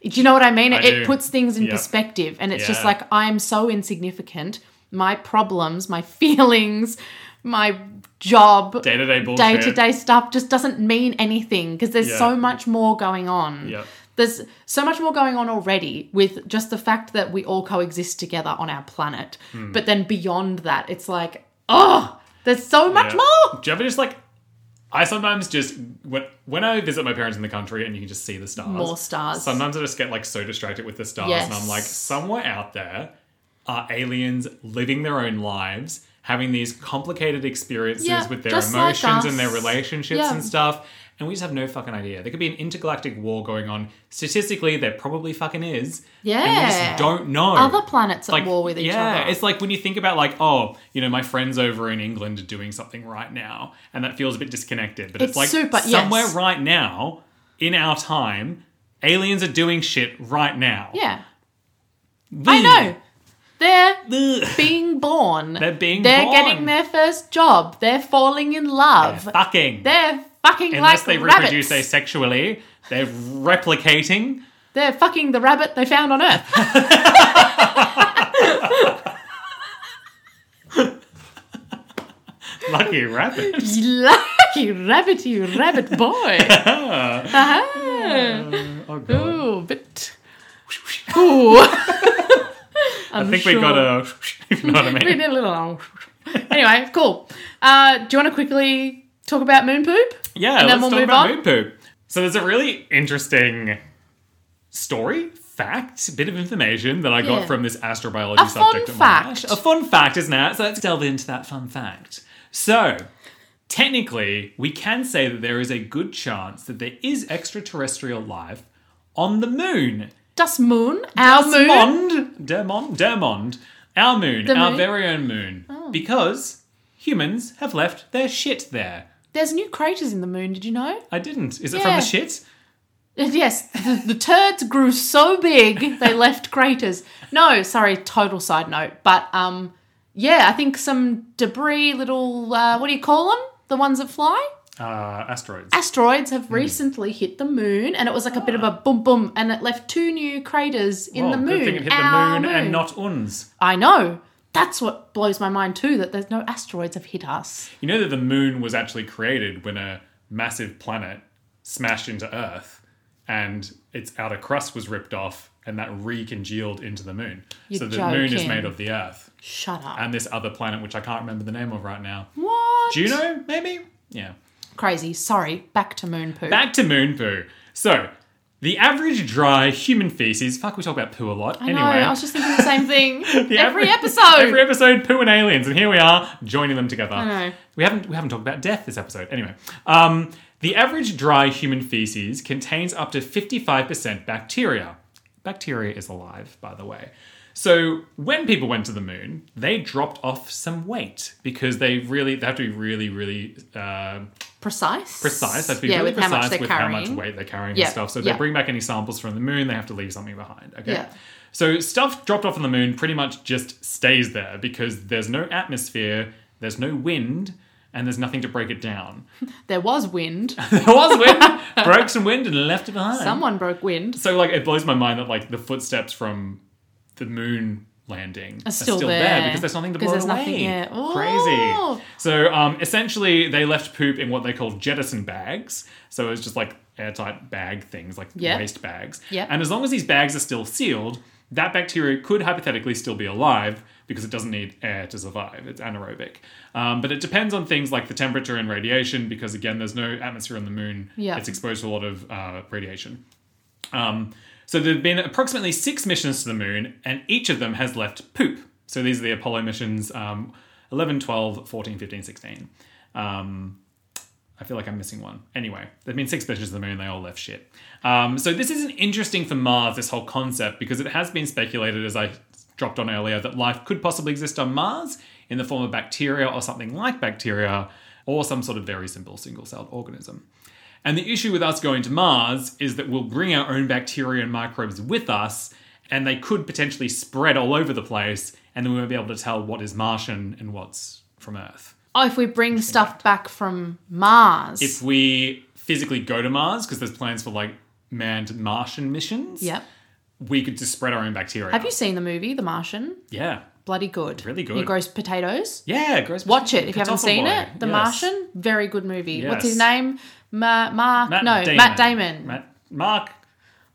Do you know what I mean?
I
it
do.
puts things in
Yep.
perspective and it's just
Yeah.
like I'm so insignificant. My problems, my feelings, my job,
Day to day bullshit.
day to day stuff just doesn't mean anything because there's
Yeah.
so much more going on.
Yep.
There's so much more going on already with just the fact that we all coexist together on our planet.
Hmm.
But then beyond that, it's like, oh, there's so much
Yeah.
more.
Do you ever just like? I sometimes just when when I visit my parents in the country and you can just see the stars.
More stars.
Sometimes I just get like so distracted with the stars, and I'm
Yes.
like, somewhere out there are aliens living their own lives, having these complicated experiences
Yeah,
with their
just like
emotions and their
us.
relationships
Yeah.
and stuff, and we just have no fucking idea. There could be an intergalactic war going on. Statistically, there probably fucking is. and we
Yeah.
just don't know.
Other planets at
Like,
war with each
yeah,
other.
it's like when you think about like, oh, you know, my friends over in England are doing something right now, and that feels a bit disconnected. But it's,
It's
like
super- yes.
somewhere right now in our time, aliens are doing shit right now.
yeah.
The-
I know. They're
the-
being born.
They're being
They're
born.
getting their first job. They're falling in love. They're,
fucking.
fucking like
Unless they
rabbits.
reproduce asexually, they're replicating.
They're fucking the rabbit they found on Earth.
Lucky rabbit.
Lucky rabbit, you rabbit boy. Uh-huh. Aha.
Oh god.
Ooh, bit. Ooh.
I think we got a. If you know what I
We
mean.
did a little. anyway, cool. Uh, do you want to quickly talk about moon poop?
Yeah,
And then
let's
we'll
talk
move
about
on.
moon poop. So there's a really interesting story, fact, bit of information that I
Yeah.
got from this astrobiology
A fun
subject. at Monash.
fact.
A fun fact, isn't it? So let's delve into that fun fact. So technically, we can say that there is a good chance that there is extraterrestrial life on the moon.
Das Moon, our moon.
Mond, Dermond, Dermond, our moon, our
moon? Oh.
very own moon, because humans have left their shit there.
There's new craters in the moon. Did you know?
I didn't. Is it from
Yeah.
the shit?
Yes, the, the turds grew so big they left craters. No, sorry, total side note. But um, yeah, I think some debris, little uh, what do you call them? The ones that fly.
Uh, asteroids.
asteroids
Hmm.
have recently hit the moon, and it was like a bit of a boom boom, and it left two new craters in
Well,
the moon.
Oh, Good thing it hit
Our
the moon, and not uns.
I know. That's what blows my mind too. That there's no asteroids have hit us.
You know that the moon was actually created when a massive planet smashed into Earth, and its outer crust was ripped off, and that recongealed into the moon. so
You're
the moon is
joking.
made of the Earth
Shut up.
and this other planet, which I can't remember the name of right now.
what?
Juno, maybe. Yeah.
Crazy. Sorry. Back to moon poo.
Back to moon poo. So The average dry human feces. Fuck, we talk about poo a lot.
I
anyway,
know, I was just thinking the same thing.
The
every
average-
episode.
every episode, poo and aliens, and here we are joining them together.
I know.
We haven't we haven't talked about death this episode. Anyway, um, the average dry human feces contains up to fifty five percent bacteria. Bacteria is alive, by the way. So when people went to the moon, they dropped off some weight because they really they have to be really really uh,
Precise.
precise. They have to be
yeah,
really
with how
precise
much they're
with
carrying.
how much weight they're carrying
Yeah,
and stuff. So
yeah.
they bring back any samples from the moon, they have to leave something behind. Okay.
Yeah.
So stuff dropped off on the moon pretty much just stays there because there's no atmosphere, there's no wind, and there's nothing to break it down.
There was wind.
there was wind, broke some wind and left it behind.
Someone broke wind.
So like it blows my mind that like the footsteps from the moon landing are
still
still, there.
there.
because there's nothing to blow
Because there's
away.
nothing- yeah. Oh.
Crazy. So um, essentially, they left poop in what they call jettison bags. So it's just like airtight bag things, like
Yeah.
waste bags.
Yeah.
And as long as these bags are still sealed, that bacteria could hypothetically still be alive because it doesn't need air to survive. It's anaerobic. Um, but it depends on things like the temperature and radiation because, again, there's no atmosphere on the moon.
Yeah.
It's exposed to a lot of uh, radiation. Um, so there have been approximately six missions to the moon, and each of them has left poop. So these are the Apollo missions um, 11, 12, 14, 15, 16. Um, I feel like I'm missing one. Anyway, there have been six missions to the moon, they all left shit. Um, so this isn't interesting for Mars, this whole concept, because it has been speculated, as I dropped on earlier, that life could possibly exist on Mars in the form of bacteria or something like bacteria, or some sort of very simple single celled organism. And the issue with us going to Mars is that we'll bring our own bacteria and microbes with us, and they could potentially spread all over the place, and then we won't be able to tell what is Martian and what's from Earth.
Oh, if we bring stuff back from Mars.
If we physically go to Mars, because there's plans for like manned Martian missions,
yep.
we could just spread our own bacteria.
Have you seen the movie The Martian?
Yeah.
Bloody good.
Really good.
You gross potatoes.
Yeah, gross.
Watch it if you haven't
Katoffa
seen
Boy.
it. The
Yes.
Martian, very good movie. What's his
Yes.
name? Ma- Mark.
Matt
no,
Damon.
Matt Damon.
Matt- Mark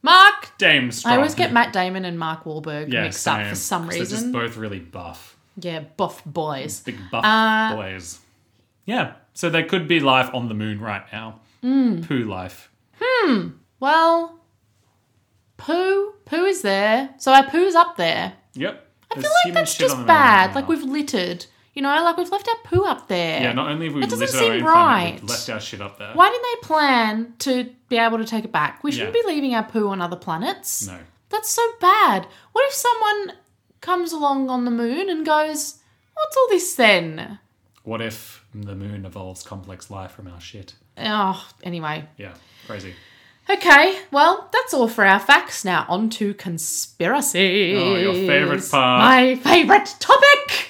Mark.
Damon.
I always get Matt Damon and Mark Wahlberg mixed up for some
They're
reason.
just both really buff.
yeah, buff boys.
Big buff
Uh,
boys. Yeah. So there could be life on the moon right now.
Hmm.
Poo life.
Well, poo, poo is there. So our poo's up there.
Yep.
I feel like that's just bad. Like we've littered. You know, like we've left our poo up there.
Yeah, not only have we
That doesn't
littered our
seem
own planet, we've
right.
left our shit up there.
Why didn't they plan to be able to take it back? We shouldn't
Yeah.
be leaving our poo on other planets.
No.
That's so bad. What if someone comes along on the moon and goes, What's all this then?
What if the moon evolves complex life from our shit?
Oh, anyway.
Yeah, crazy.
Okay, well, that's all for our facts. Now on to conspiracy.
Oh, your favourite part.
My favourite topic.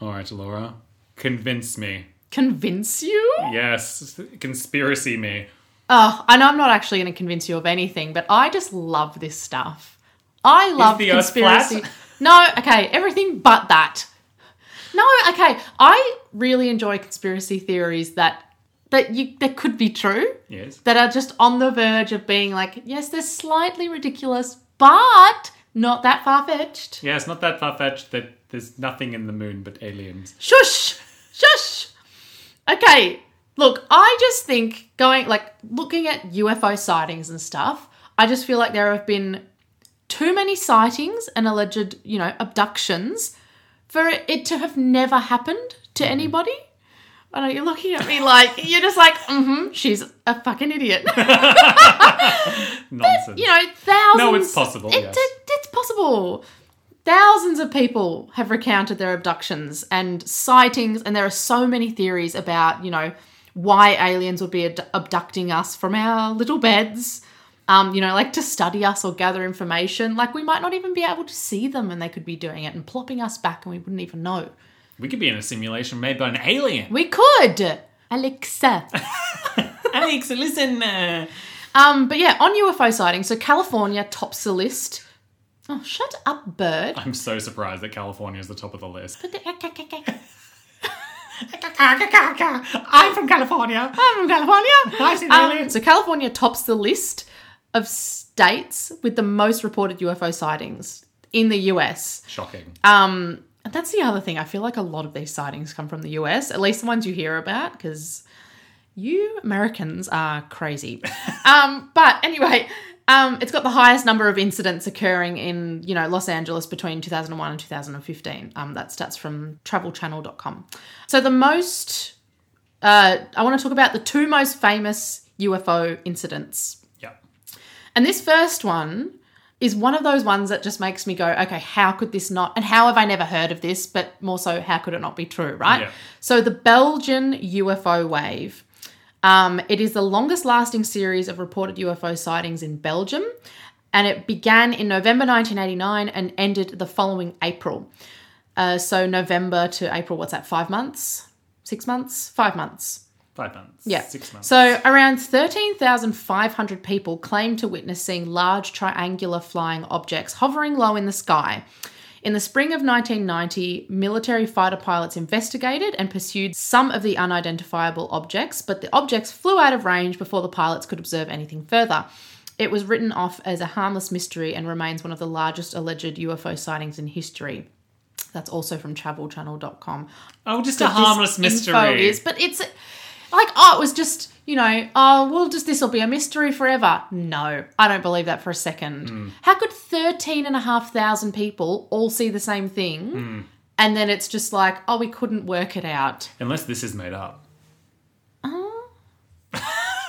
All right, Laura, convince me.
Convince you?
Yes, conspiracy me.
Oh, I know I'm not actually going to convince you of anything, but I just love this stuff. I love
the Earth
conspiracy.
flat?
No, okay, everything but that. No, okay, I really enjoy conspiracy theories that that you that could be true,
Yes.
that are just on the verge of being like, yes, they're slightly ridiculous, but not that far fetched.
Yeah, it's not that far fetched that there's nothing in the moon but aliens.
Shush! Shush! Okay, look, I just think going, like, looking at UFO sightings and stuff, I just feel like there have been too many sightings and alleged, you know, abductions for it to have never happened to anybody. I know you're looking at me like, you're just like, mm hmm, she's a fucking idiot.
Nonsense.
you know, thousands.
No, it's possible,
It,
yes.
it- it's possible. Thousands of people have recounted their abductions and sightings, and there are so many theories about, you know, why aliens would be ad- abducting us from our little beds, um, you know, like to study us or gather information. Like, we might not even be able to see them, and they could be doing it and plopping us back, and we wouldn't even know.
we could be in a simulation made by an alien.
We could! Alexa.
Alex, listen. Uh...
Um, but yeah, on UFO sightings, so California tops the list. Oh, shut up, bird.
I'm so surprised that California is the top of the list. I'm from California.
I'm from Um, California.
I've seen
Um,
aliens.
so California tops the list of states with the most reported UFO sightings in the US.
Shocking.
Um, and that's the other thing. I feel like a lot of these sightings come from the US, at least the ones you hear about, because You Americans are crazy. um, but anyway, um, it's got the highest number of incidents occurring in, you know, Los Angeles between 2001 and 2015. Um, that stats from travelchannel.com. So the most, uh, I want to talk about the two most famous UFO incidents.
Yep.
And this first one is one of those ones that just makes me go, okay, how could this not, and how have I never heard of this, but more so, how could it not be true, right?
Yeah.
So the Belgian UFO wave. Um, it is the longest lasting series of reported UFO sightings in Belgium, and it began in November 1989 and ended the following April. Uh, so November to April, what's that, five months? Six months? Five months.
Five months.
Yeah.
Six months.
So around 13,500 people claim to witness seeing large triangular flying objects hovering low in the sky. In the spring of 1990, military fighter pilots investigated and pursued some of the unidentifiable objects, but the objects flew out of range before the pilots could observe anything further. It was written off as a harmless mystery and remains one of the largest alleged UFO sightings in history. That's also from travelchannel.com
oh, just a
that this
harmless mystery.
info is, but it's like oh, it was just you know oh well, just this will be a mystery forever. No, I don't believe that for a second.
Hmm.
How could thirteen and a half thousand people all see the same thing,
Hmm.
and then it's just like oh, we couldn't work it out.
Unless this is made up.
Oh. it's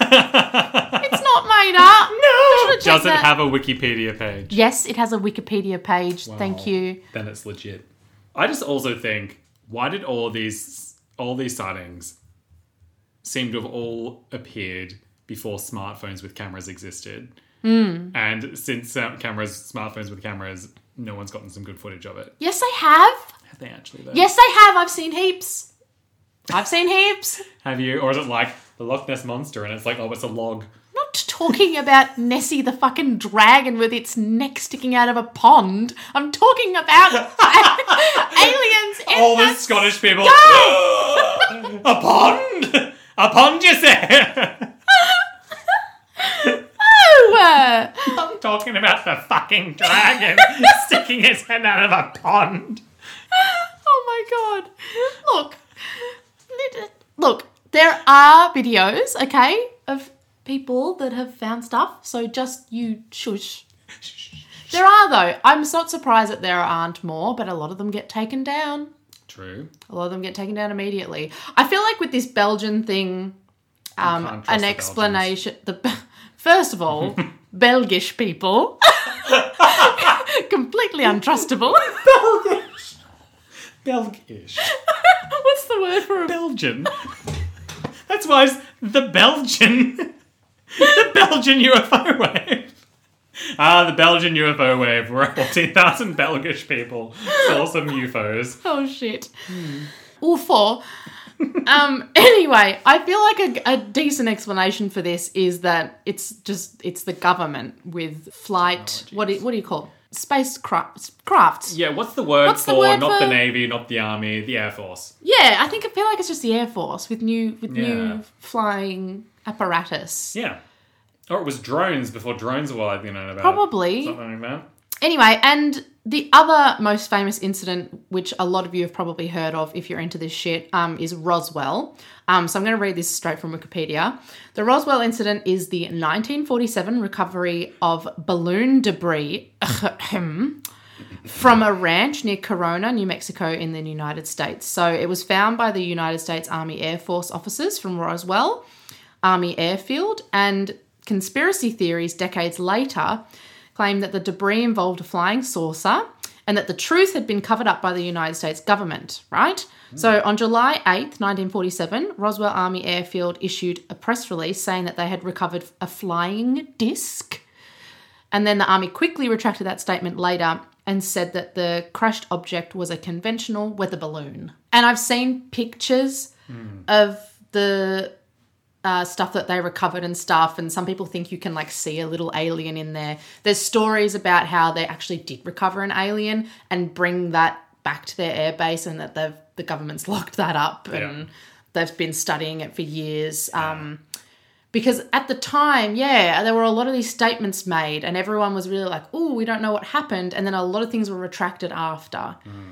not made up. No,
Does it have a Wikipedia page?
Yes, it has a Wikipedia page. Thank
Wow.
you.
Then it's legit. I just also think, why did all these all these sightings seem to have all appeared before smartphones with cameras existed?
Hmm.
And since uh, cameras, smartphones with cameras, no one's gotten some good footage of it.
Yes, they have.
Have they actually? Though?
Yes, they have. I've seen heaps. I've seen heaps.
Have you? Or is it like the Loch Ness monster, and it's like, oh, it's a log.
not talking about Nessie the fucking dragon with its neck sticking out of a pond. I'm talking about aliens in
all the
that
Oh, Scottish people. a pond, a pond, you say?
sewer.
I'm talking about the fucking dragon sticking his head out of a pond.
Oh my god. Look. Lit- Look, there are videos, okay, of people that have found stuff, so just you shush. There are though. I'm not surprised that there aren't more, but a lot of them get taken down.
True.
A lot of them get taken down immediately. I feel like with this Belgian thing,
You
um,
can't trust
an
the
explanation. The, first of all, Belgish people completely untrustable.
Belgish. Belgish.
What's the word for a
Belgian. That's why it's the Belgian. The Belgian UFO wave. Ah, the Belgian UFO wave, where 14,000 Belgish people saw some UFOs.
oh shit?
Hmm.
All four. um. Anyway, I feel like a, a decent explanation for this is that it's just it's the government with flight. What do you, what do you call it? space crafts? Crafts.
Yeah, what's the word
What's
for
the word
not
for-
the Navy, not the Army, the Air Force?
Yeah, I think I feel like it's just the Air Force with new with
Yeah.
new flying apparatus.
Yeah. Or it was drones before drones were widely known about.
Probably.
Something like that.
Anyway, and the other most famous incident, which a lot of you have probably heard of if you're into this shit, um, is Roswell. Um, so I'm going to read this straight from Wikipedia. The Roswell incident is the 1947 recovery of balloon debris from a ranch near Corona, New Mexico, in the United States. So it was found by the United States Army Air Force officers from Roswell Army airfield, and conspiracy theories decades later claim that the debris involved a flying saucer and that the truth had been covered up by the United States government, right? So on July 8th, 1947, Roswell Army Airfield issued a press release saying that they had recovered a flying disc. And then the army quickly retracted that statement later and said that the crashed object was a conventional weather balloon. And I've seen pictures of the uh, stuff that they recovered and stuff. And some people think you can like see a little alien in there. There's stories about how they actually did recover an alien and bring that back to their airbase, and that they've the government's locked that up and they've been studying it for years. Um, because at the time, yeah, there were a lot of these statements made, and everyone was really like, "Oh, we don't know what happened," and then a lot of things were retracted after.
Mm.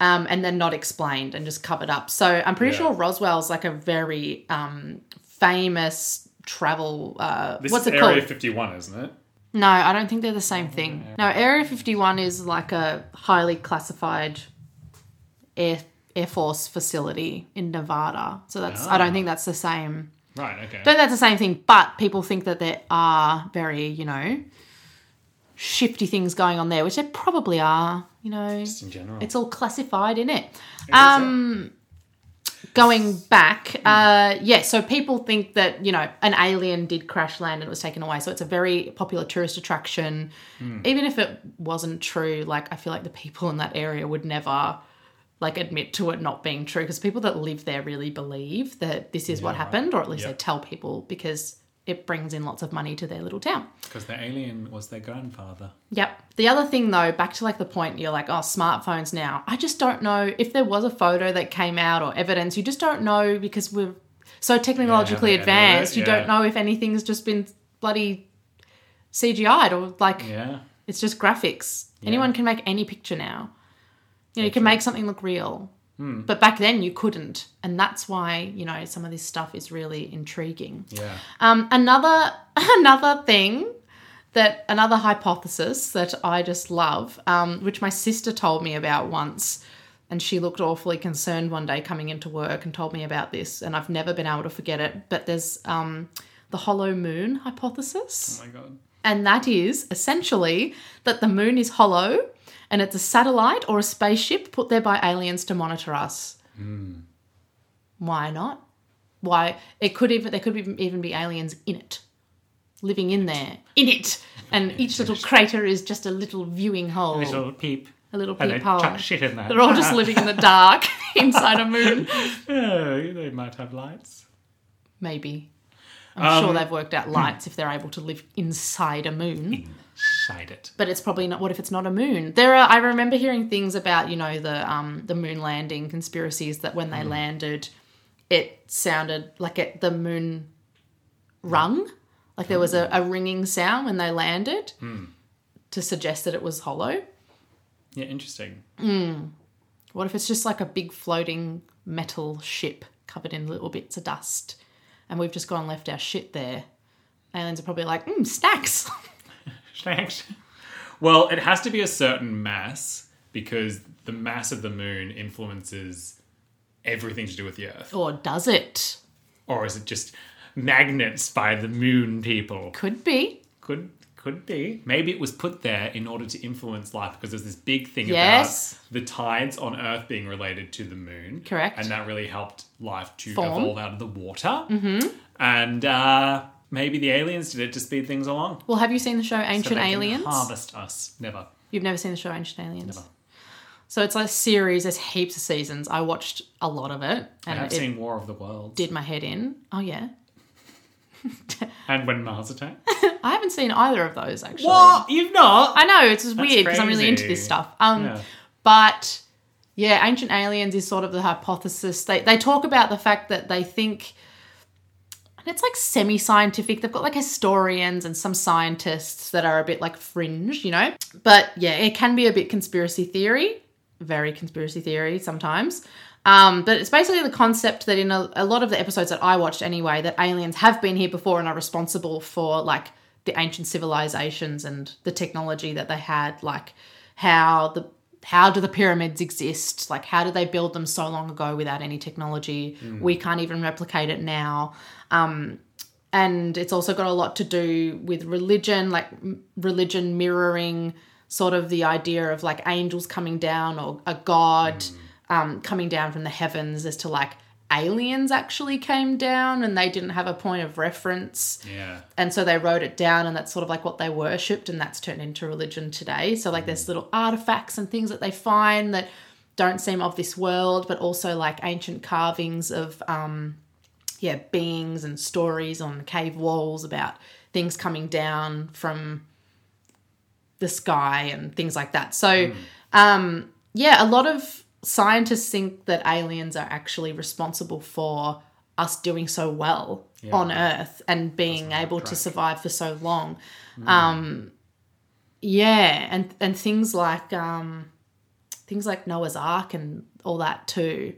Um, and then not explained and just covered up. So I'm pretty
Yeah.
sure Roswell's like a very um, famous travel. Uh,
This
what's
is
it
Area
called?
51, isn't it?
No, I don't think they're the same thing.
Mm-hmm.
No, Area 51 is like a highly classified air, air force facility in Nevada. So that's I
Ah.
don't think that's the same.
Right, okay.
Don't think that's the same thing, but people think that there are very, you know, shifty things going on there, which there probably are, you know.
Just in general.
It's all classified in it. Um, going back, uh, yeah, so people think that, you know, an alien did crash land and it was taken away. So it's a very popular tourist attraction. Even if it wasn't true, like, I feel like the people in that area would never. Like admit to it not being true because people that live there really believe that this is what
right.
happened, or at least
Yep.
they tell people because it brings in lots of money to their little town.
Because the alien was their grandfather.
Yep. The other thing though, back to like the point you're like, oh, smartphones now. I just don't know if there was a photo that came out or evidence. You just don't know because we're so technologically
Yeah, they edited it,
advanced. You
yeah.
don't know if anything's just been bloody CGI'd or like
Yeah.
it's just graphics. Anyone can make any picture now. You know, you can make something look real.
Hmm.
But back then you couldn't. And that's why, you know, some of this stuff is really intriguing.
Yeah.
Um, another another thing that another hypothesis that I just love, um, which my sister told me about once, and she looked awfully concerned one day coming into work and told me about this, and I've never been able to forget it. But there's um, the hollow moon hypothesis.
Oh my god.
And that is essentially that the moon is hollow and it's a satellite or a spaceship put there by aliens to monitor us.
Hmm.
Why not? Why it could even there could be, even be aliens in it, living in there, in it, and each little crater is just a little viewing hole,
peep.
a little
And they
peephole.
chuck shit in there.
They're all just living in the dark inside a moon.
Oh, they might have lights.
Maybe. I'm
Um,
sure they've worked out lights if they're able to live inside a moon.
Shade it.
but it's probably not what if it's not a moon there are i remember hearing things about you know the um the moon landing conspiracies that when they
Mm.
landed it sounded like it the moon rung like there was a, a ringing sound when they landed
Mm.
to suggest that it was hollow
Yeah, interesting.
what if it's just like a big floating metal ship covered in little bits of dust and we've just gone and left our shit there aliens are probably like mm, snacks
Thanks. Well, it has to be a certain mass because the mass of the moon influences everything to do with the Earth.
or does it
Or is it just magnets by the moon people?
could be
Could could be. Maybe it was put there in order to influence life because there's this big thing
Yes.
about the tides on Earth being related to the moon.
Correct.
And that really helped life to
Form.
evolve out of the water. Mm-hmm. And uh, maybe the aliens did it to speed things along.
Well, have you seen the show
so
Ancient
they can
Aliens?
harvest us. Never.
You've never seen the show Ancient Aliens?
Never.
So it's a series. There's heaps of seasons. I watched a lot of it,
I have
and it
seen War of the Worlds.
did my head in. Oh yeah,
and When Mars Attacked.
I haven't seen either of those actually.
You've not?
I know it's just weird because I'm really into
crazy.
this stuff. Um,
Yeah.
but yeah, Ancient Aliens is sort of the hypothesis. They they talk about the fact that they think. And it's like semi scientific. They've got like historians and some scientists that are a bit like fringe, you know? But yeah, it can be a bit conspiracy theory, very conspiracy theory sometimes. Um, but it's basically the concept that in a, a lot of the episodes that I watched anyway, that aliens have been here before and are responsible for like the ancient civilizations and the technology that they had, like how the how do the pyramids exist? Like how did they build them so long ago without any technology? We can't even replicate it now Um, and it's also got a lot to do with religion like m- religion mirroring sort of the idea of like angels coming down or a god um, coming down from the heavens as to like aliens actually came down and they didn't have a point of reference
Yeah.
and so they wrote it down and that's sort of like what they worshipped and that's turned into religion today so like there's little artifacts and things that they find that don't seem of this world but also like ancient carvings of um yeah beings and stories on cave walls about things coming down from the sky and things like that so um yeah a lot of scientists think that aliens are actually responsible for us doing so well on earth and being able to survive for so long um yeah and and things like um things like noah's ark and all that too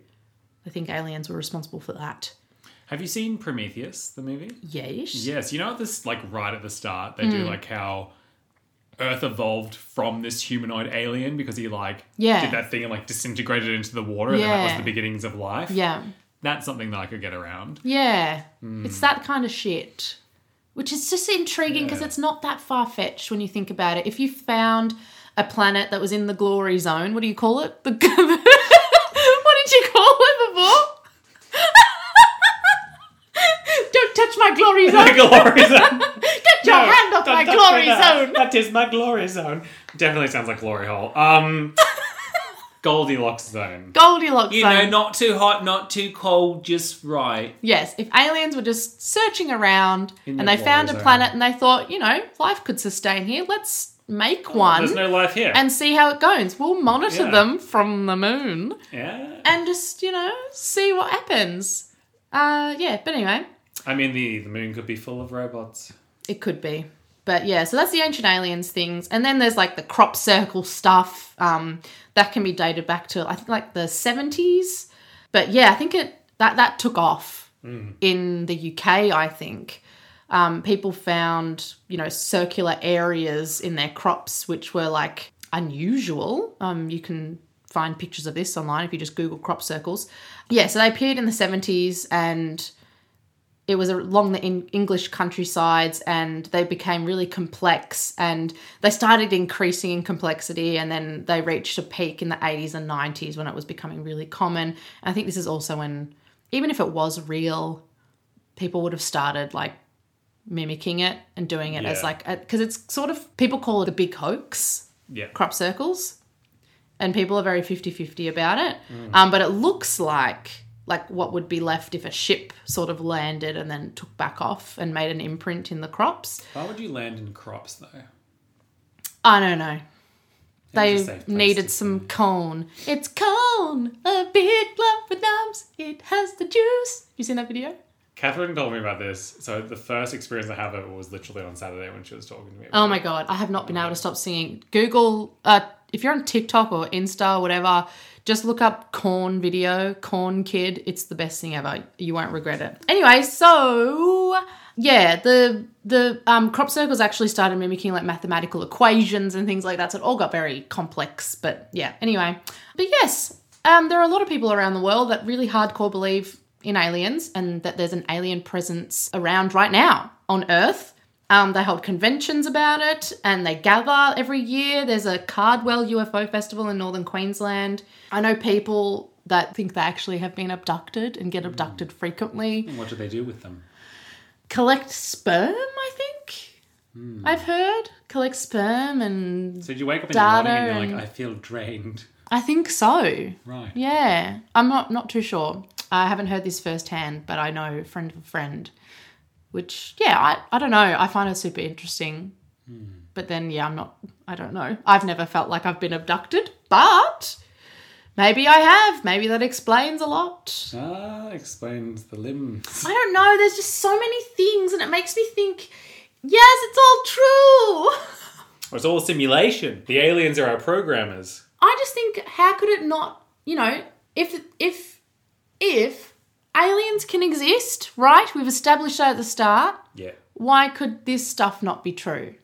i think aliens were responsible for that
Have you seen Prometheus, the movie?
Yesh.
Yes, you know at this like right at the start they
Hmm.
do like how Earth evolved from this humanoid alien because he like
Yeah.
did that thing and like disintegrated into the water and then that was
Yeah.
the beginnings of life.
Yeah.
That's something that I could get around.
Yeah.
Hmm.
It's that kind of shit. Which is just intriguing because
Yeah.
it's not that far fetched when you think about it. If you found a planet that was in the glory zone, what do you call it? The what did you call it before? Don't touch my glory zone.
glory zone.
Get your hand off my glory zone.
That is my glory zone. Definitely sounds like glory hole. Um Goldilocks zone.
Goldilocks zone.
not too hot, not too cold, just right.
Yes, if aliens were just searching around
In
and
your
they found a
glory zone.
planet and they thought, you know, life could sustain here, let's make one.
There's no life here.
and see how it goes. We'll monitor
Yeah.
them from the moon
yeah.
and just, you know, see what happens. Uh, yeah, but anyway,
I mean the the moon could be full of robots.
it could be. But yeah, so that's the ancient aliens things. And then there's like the crop circle stuff um, that can be dated back to, I think, like the 70s. But yeah, I think it that, that took off in the UK, I think. um, people found you know circular areas in their crops which were like unusual um, you can find pictures of this online if you just google crop circles yeah so they appeared in the 70s and it was along the in- english countrysides and they became really complex and they started increasing in complexity and then they reached a peak in the 80s and 90s when it was becoming really common and i think this is also when even if it was real people would have started like mimicking it and doing it as
Yeah.
like because it's sort of people call it a big hoax
Yeah.
crop circles and people are very 50-50 about it um, but it looks like like what would be left if a ship sort of landed and then took back off and made an imprint in the crops
Why would you land in crops though?
i don't know
That was
they
a safe place
needed
to-
some cone it's cone a big lump with arms it has the juice you seen that video
Catherine told me about this. So the first experience I have of it was literally on Saturday when she was talking to me.
Oh my god, I have not been able to stop singing. Google, uh, if you're on TikTok or Insta or whatever, just look up corn video, corn kid. It's the best thing ever. You won't regret it. Anyway, so yeah, the the um, crop circles actually started mimicking like mathematical equations and things like that. So it all got very complex. But yeah, anyway, but yes, um, there are a lot of people around the world that really hardcore believe in aliens and that there's an alien presence around right now on Earth. Um, they hold conventions about it and they gather every year. There's a Cardwell UFO festival in northern Queensland. I know people that think they actually have been abducted and get abducted frequently.
What do they do with them?
Collect sperm, I think. I've heard. Collect sperm and
So you wake up in
Data
the morning and you're
and-
like, I feel drained.
I think so.
Right.
Yeah. I'm not not too sure. I haven't heard this firsthand, but I know friend of a friend. Which yeah, I, I don't know. I find it super interesting. But then yeah, I'm not I don't know. I've never felt like I've been abducted, but maybe I have. Maybe that explains a lot.
Ah, explains the limbs.
I don't know. There's just so many things and it makes me think, yes, it's all true.
It's all simulation. The aliens are our programmers.
I just think how could it not, you know, if if if aliens can exist, right? We've established that at the start.
Yeah.
Why could this stuff not be true?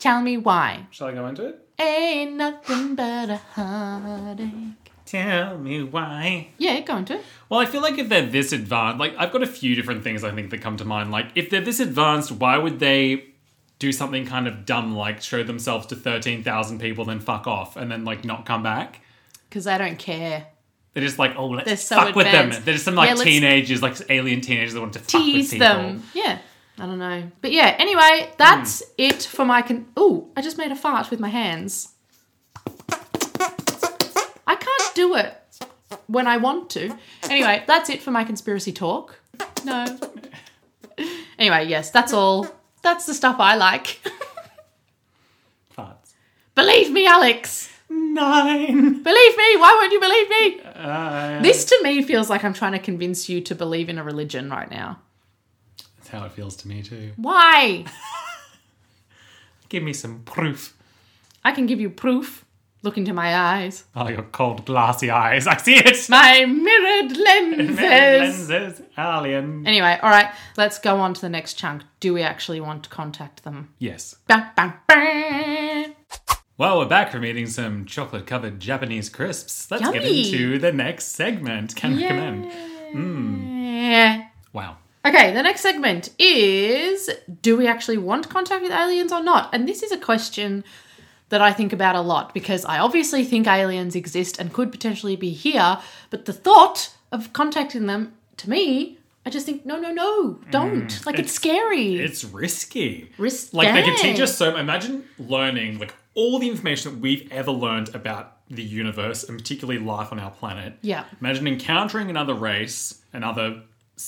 Tell me why.
Shall I go into it?
Ain't nothing but a heartache.
Tell me why.
Yeah, go into it.
Well, I feel like if they're this advanced, like I've got a few different things I think that come to mind. Like if they're this advanced, why would they do something kind of dumb like show themselves to 13,000 people then fuck off and then like not come back?
Because I don't care.
They're just like, "Oh,
They're
let's
so
fuck with them."
advanced.
They're just some
Yeah,
like
let's-
teenagers, like alien teenagers that want to fuck with
Tease
people. Hmm.
them. Yeah. I don't know. But yeah, anyway, that's it for my con Ooh, I just made a fart with my hands. I can't do it when I want to. Anyway, that's it for my conspiracy talk. No. Anyway, yes, that's all. That's the stuff I like.
Farts.
believe me, Alex.
Nine.
Believe me. Why won't you believe me?
Uh,
This to me feels like I'm trying to convince you to believe in a religion right now.
that's how it feels to me too.
Why?
Give me some proof.
I can give you proof. Look into my eyes.
Oh, your cold, glassy eyes. I see it.
My mirrored lenses.
Lenses. Alien.
Anyway, all right, let's go on to the next chunk. Do we actually want to contact them?
Yes.
Bang, bang, bang.
Well, we're back from eating some chocolate covered Japanese crisps. Let's get
Yummy.
into the next segment. Can recommend.
Yeah.
Wow.
Okay, the next segment is Do we actually want contact with aliens or not? And this is a question that I think about a lot because I obviously think aliens exist and could potentially be here, but the thought of contacting them to me, I just think, no, no, no, don't. like, it's,
Mm, it's-
scary.
It's risky.
Risky.
Like they can teach us so. Imagine learning like all the information that we've ever learned about the universe and particularly life on our planet.
Yeah.
Imagine encountering another race, another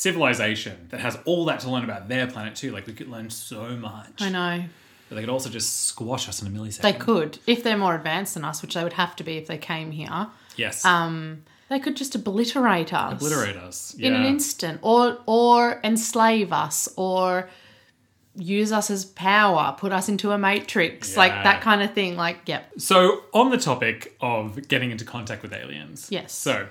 civilization that has all that to learn about their planet too. Like we could learn so much.
I know.
But they could also just squash us in a millisecond.
They could, if they're more advanced than us, which they would have to be if they came here,
yes.
um, they could just obliterate us.
Obliterate us. Yeah.
in an instant or or enslave us or use us as power put us into a matrix like
Yeah.
that kind of thing like yep
So, on the topic of getting into contact with aliens.
Yes.
So,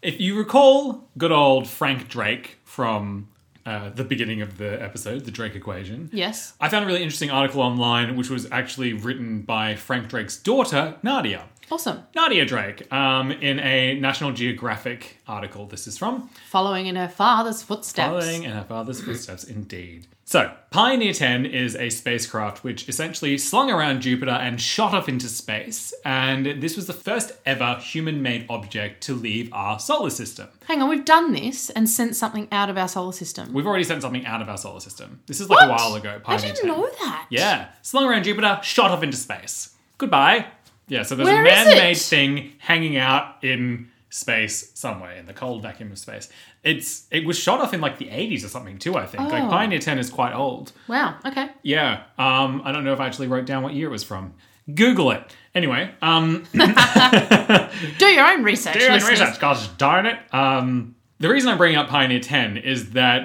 if you recall good old Frank Drake from uh, the beginning of the episode, the Drake equation.
yes
I found a really interesting article online, which was actually written by Frank Drake's daughter, Nadia.
awesome
Nadia Drake, um, in a National Geographic article, this is from.
following in her father's footsteps
Following in her father's footsteps, indeed. So, Pioneer 10 is a spacecraft which essentially slung around Jupiter and shot off into space. And this was the first ever human made object to leave our solar system.
hang on we've done this and sent something out of our solar system
We've already sent something out of our solar system. This is like a
What?
while ago,
i
Pioneer
didn't
10.
know that
Yeah, slung around Jupiter, shot off into space. Goodbye. Yeah, so there's a
Where is
man made
it?
thing hanging out in space somewhere in the cold vacuum of space. It's It was shot off in like the 80s or something, too, I think. Like
Oh.
Pioneer 10 is quite old.
wow okay
Yeah. Um, I don't know if I actually wrote down what year it was from. Google it. Anyway, um,
do your own research
do your own
listeners.
research. Gosh darn it. Um, the reason I'm bringing up Pioneer 10 is that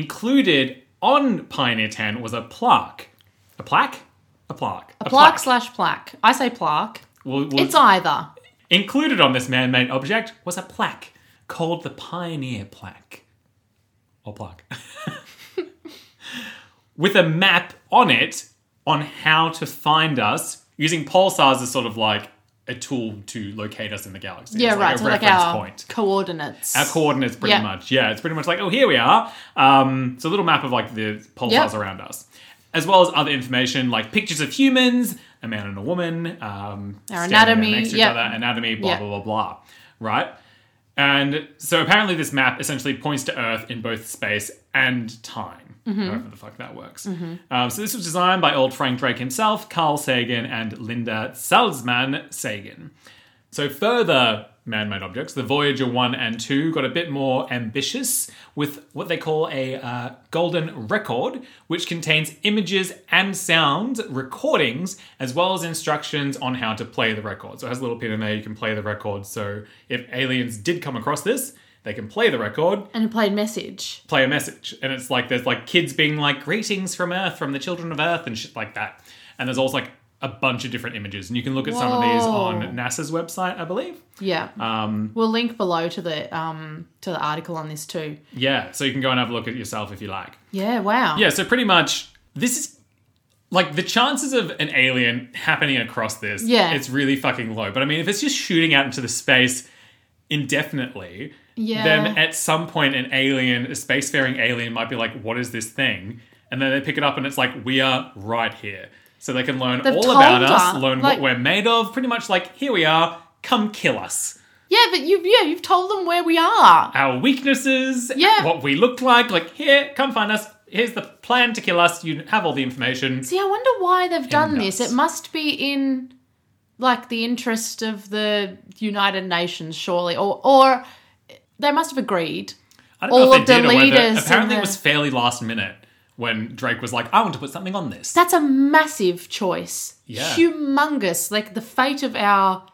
included on Pioneer 10 was a plaque. A plaque? A plaque. A,
plaque slash plaque i say plaque
We'll- we'll-
it's either
included on this man made object was a plaque called the Pioneer Plaque. Or plaque. With a map on it on how to find us using pulsars as sort of like a tool to locate us in the galaxy.
yeah
It's
right
Like a
so like
reference
our
point
coordinates
our coordinates pretty
Yeah.
much yeah it's pretty much like oh here we are um, it's a little map of like the pulsars
Yep.
around us as well as other information like pictures of humans a man and a woman um,
Our
standing down
anatomy,
next to
yep.
each other anatomy blah
Yep.
blah blah blah right and so apparently this map essentially points to earth in both space and time
Mm-hmm.
however the fuck that works um, so this was designed by old frank drake himself carl sagan and linda salzman sagan so, further man made objects, the Voyager 1 and 2 got a bit more ambitious with what they call a uh, golden record, which contains images and sounds, recordings, as well as instructions on how to play the record. So, it has a little pin in there, you can play the record. So, if aliens did come across this, they can play the record
and a played message
play a message. And it's like there's like kids being like greetings from Earth, from the children of Earth, and shit like that. And there's also like a bunch of different images, and you can look at some of these
Whoa.
on NASA's website, I believe.
Yeah. Um, we'll link below to the um, to the article on this too.
Yeah, so you can go and have a look at yourself if you like.
Yeah. Wow.
Yeah, so pretty much this is like the chances of an alien happening across this.
Yeah.
it's really fucking low. But I mean, if it's just shooting out into the space indefinitely.
Yeah.
Then at some point, an alien, a spacefaring alien, might be like, "What is this thing?" And then they pick it up, and it's like, "We are right here." So they can learn
They've
all about
told
us,
us,
learn
like-
what we're made of. Pretty much like, "Here we are. Come kill us."
Yeah, but you've yeah you've told them where we are.
our weaknesses,
Yeah.
what we look like. Like, here, come find us. Here's the plan to kill us. You have all the information.
See, I wonder why they've done this.
nuts.
It must be in like the interest of the United Nations, surely, or or they must have agreed.
I don't know
all
if
of
they
the
did or whether-
leaders and
Apparently, it
the-
was fairly last minute when Drake was like, "I want to put something on this."
That's a massive choice.
Yeah.
Humongous. Like the fate of our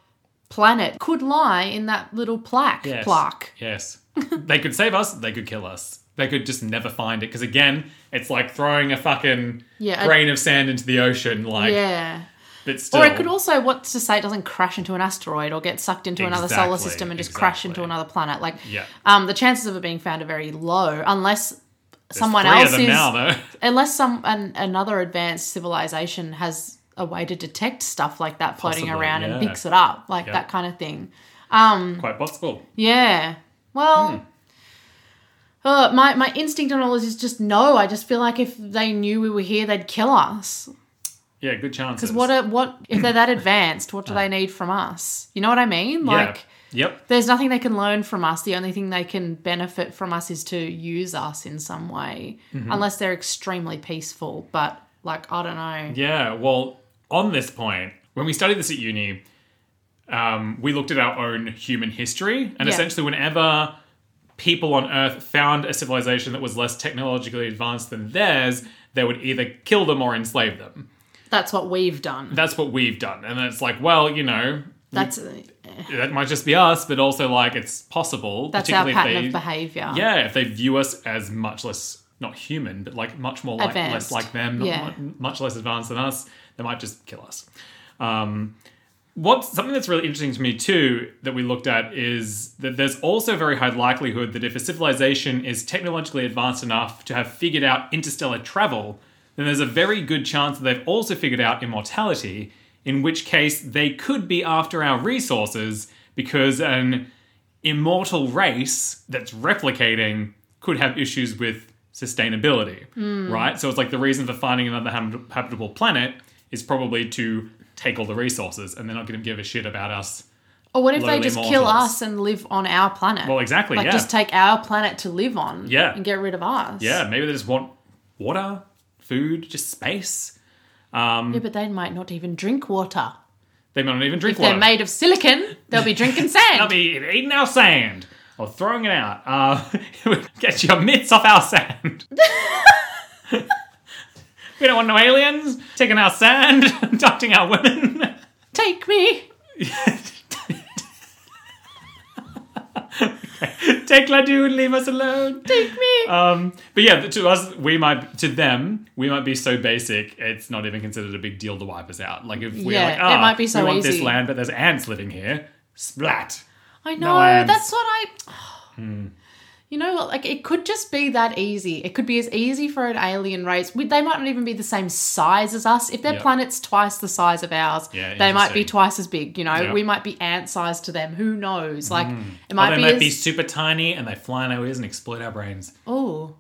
planet could lie in that little plaque.
Yes.
Plaque.
Yes, they could save us. They could kill us. They could just never find it because again, it's like throwing a fucking
Yeah, I-
grain of sand into the ocean. Like,
Yeah.
But still,
Or it could also, what's to say, it doesn't crash into an asteroid or get sucked into another solar
Exactly,
system and just crash into
exactly.
another planet. Like,
Yeah.
um, the chances of it being found are very low, unless someone
three
else
of them
is,
now though.
unless some an, another advanced civilization has a way to detect stuff like that floating
Possibly,
around and
yeah.
picks it up, like
Yeah.
that kind of thing.
Quite possible.
Yeah. Well,
Hmm.
uh, my my instinct on all this is just no. I just feel like if they knew we were here, they'd kill us.
Yeah, good chances.
Because what are, what if they're that advanced? What do they need from us? You know what I mean?
Uh. Yeah.
Like.
Yep.
There's nothing they can learn from us. The only thing they can benefit from us is to use us in some way,
Mm-hmm.
unless they're extremely peaceful. But like, I don't know.
Yeah. Well, on this point, when we studied this at uni, um, we looked at our own human history, and
Yeah.
essentially, whenever people on Earth found a civilization that was less technologically advanced than theirs, they would either kill them or enslave them.
That's what we've done.
That's what we've done, and it's like, well, you know,
That's uh,
that might just be us, but also like it's possible.
that's our
particularly
pattern
if they-
of behaviously
Yeah, if they view us as much less not human, but like much more like less
Advanced.
like them, not
Yeah.
mu- much less advanced than us, they might just kill us. Um, what's something that's really interesting to me too that we looked at is that there's also a very high likelihood that if a civilization is technologically advanced enough to have figured out interstellar travel, then there's a very good chance that they've also figured out immortality. In which case, they could be after our resources because an immortal race that's replicating could have issues with sustainability, right? So it's like the reason for finding another hab- habitable planet is probably to take all the resources and they're not going to give a shit about us.
Or what if they
lowly
just kill
mortals.
us and live on our planet?
Well, exactly,
Like
yeah.
just take our planet to live on.
Yeah.
And get rid of us.
Yeah, maybe they just want water, food, just space.
Yeah, but they might not even drink water.
They might not even drink
If
water.
they're made of silicon, they'll be drinking sand.
They'll be eating our sand or throwing it out. Uh, get your mitts off our sand. we don't want no aliens taking our sand, adopting our women.
Take me.
Take Ladu and leave us alone.
Take me.
Um, but yeah, to us, we might to them, we might be so basic, it's not even considered a big deal to wipe us out. Like if we're
Yeah,
like, ah,
it might be so
we want this
easy."
land, but there's ants living here. Splat.
I know.
ants.
that's what I. Hmm.
Hmm.
You know, what, like it could just be that easy. It could be as easy for an alien race. We, they might not even be the same size as us. If their
Yep.
planet's twice the size of ours,
Yeah,
they might be
interesting.
twice as big. You know,
Yep.
we might be ant sized to them. Who knows? Like it
Hmm. Or
might
they
be.
might
as,
be super tiny and they fly in our ears and exploit our brains.
Oh,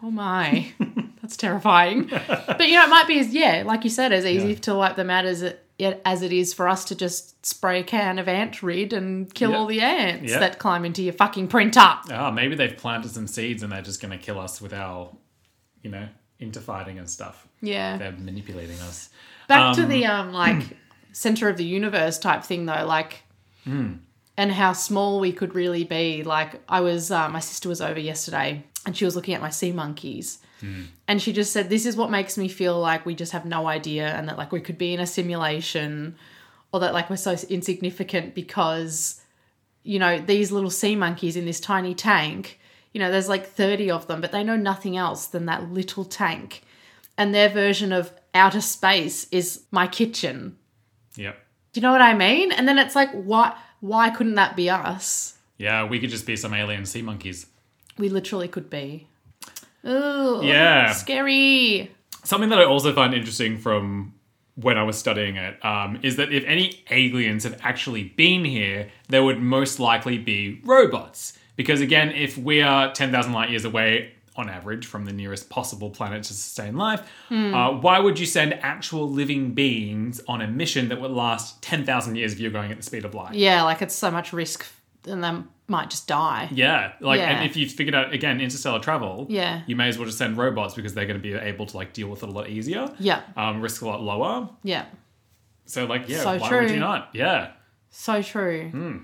oh my, that's terrifying. But you know, it might be as yeah, like you said, as easy
Yeah.
to wipe them out as it as it is for us to just spray a can of ant rid and kill
Yeah.
all the ants
Yeah.
that climb into your fucking printer.
Ah, maybe they've planted some seeds and they're just gonna kill us with our you know, interfighting and stuff.
Yeah.
They're manipulating us.
Back to the um like center of the universe type thing though, like and how small we could really be. Like I was uh, my sister was over yesterday and she was looking at my sea monkeys. And she just said this is what makes me feel like we just have no idea and that like we could be in a simulation or that like we're so insignificant because you know these little sea monkeys in this tiny tank you know there's like 30 of them but they know nothing else than that little tank and their version of outer space is my kitchen
Yep.
do you know what i mean and then it's like why why couldn't that be us
Yeah, we could just be some alien sea monkeys.
we literally could be Ooh,
Yeah.
scary
Something that I also find interesting from when I was studying it um, is that if any aliens have actually been here, they would most likely be robots. Because again, if we are 10,000 light years away on average from the nearest possible planet to sustain life,
Hmm.
uh, why would you send actual living beings on a mission that would last 10,000 years if you're going at the speed of light?
yeah like it's so much risk and they might just die
Yeah, like,
Yeah.
and if you've figured out again interstellar travel,
Yeah.
you may as well just send robots because they're going to be able to like deal with it a lot easier,
yeah
um, risk a lot lower,
yeah
So like, yeah,
So
why would
true.
you not? Yeah,
So true.
Hmm.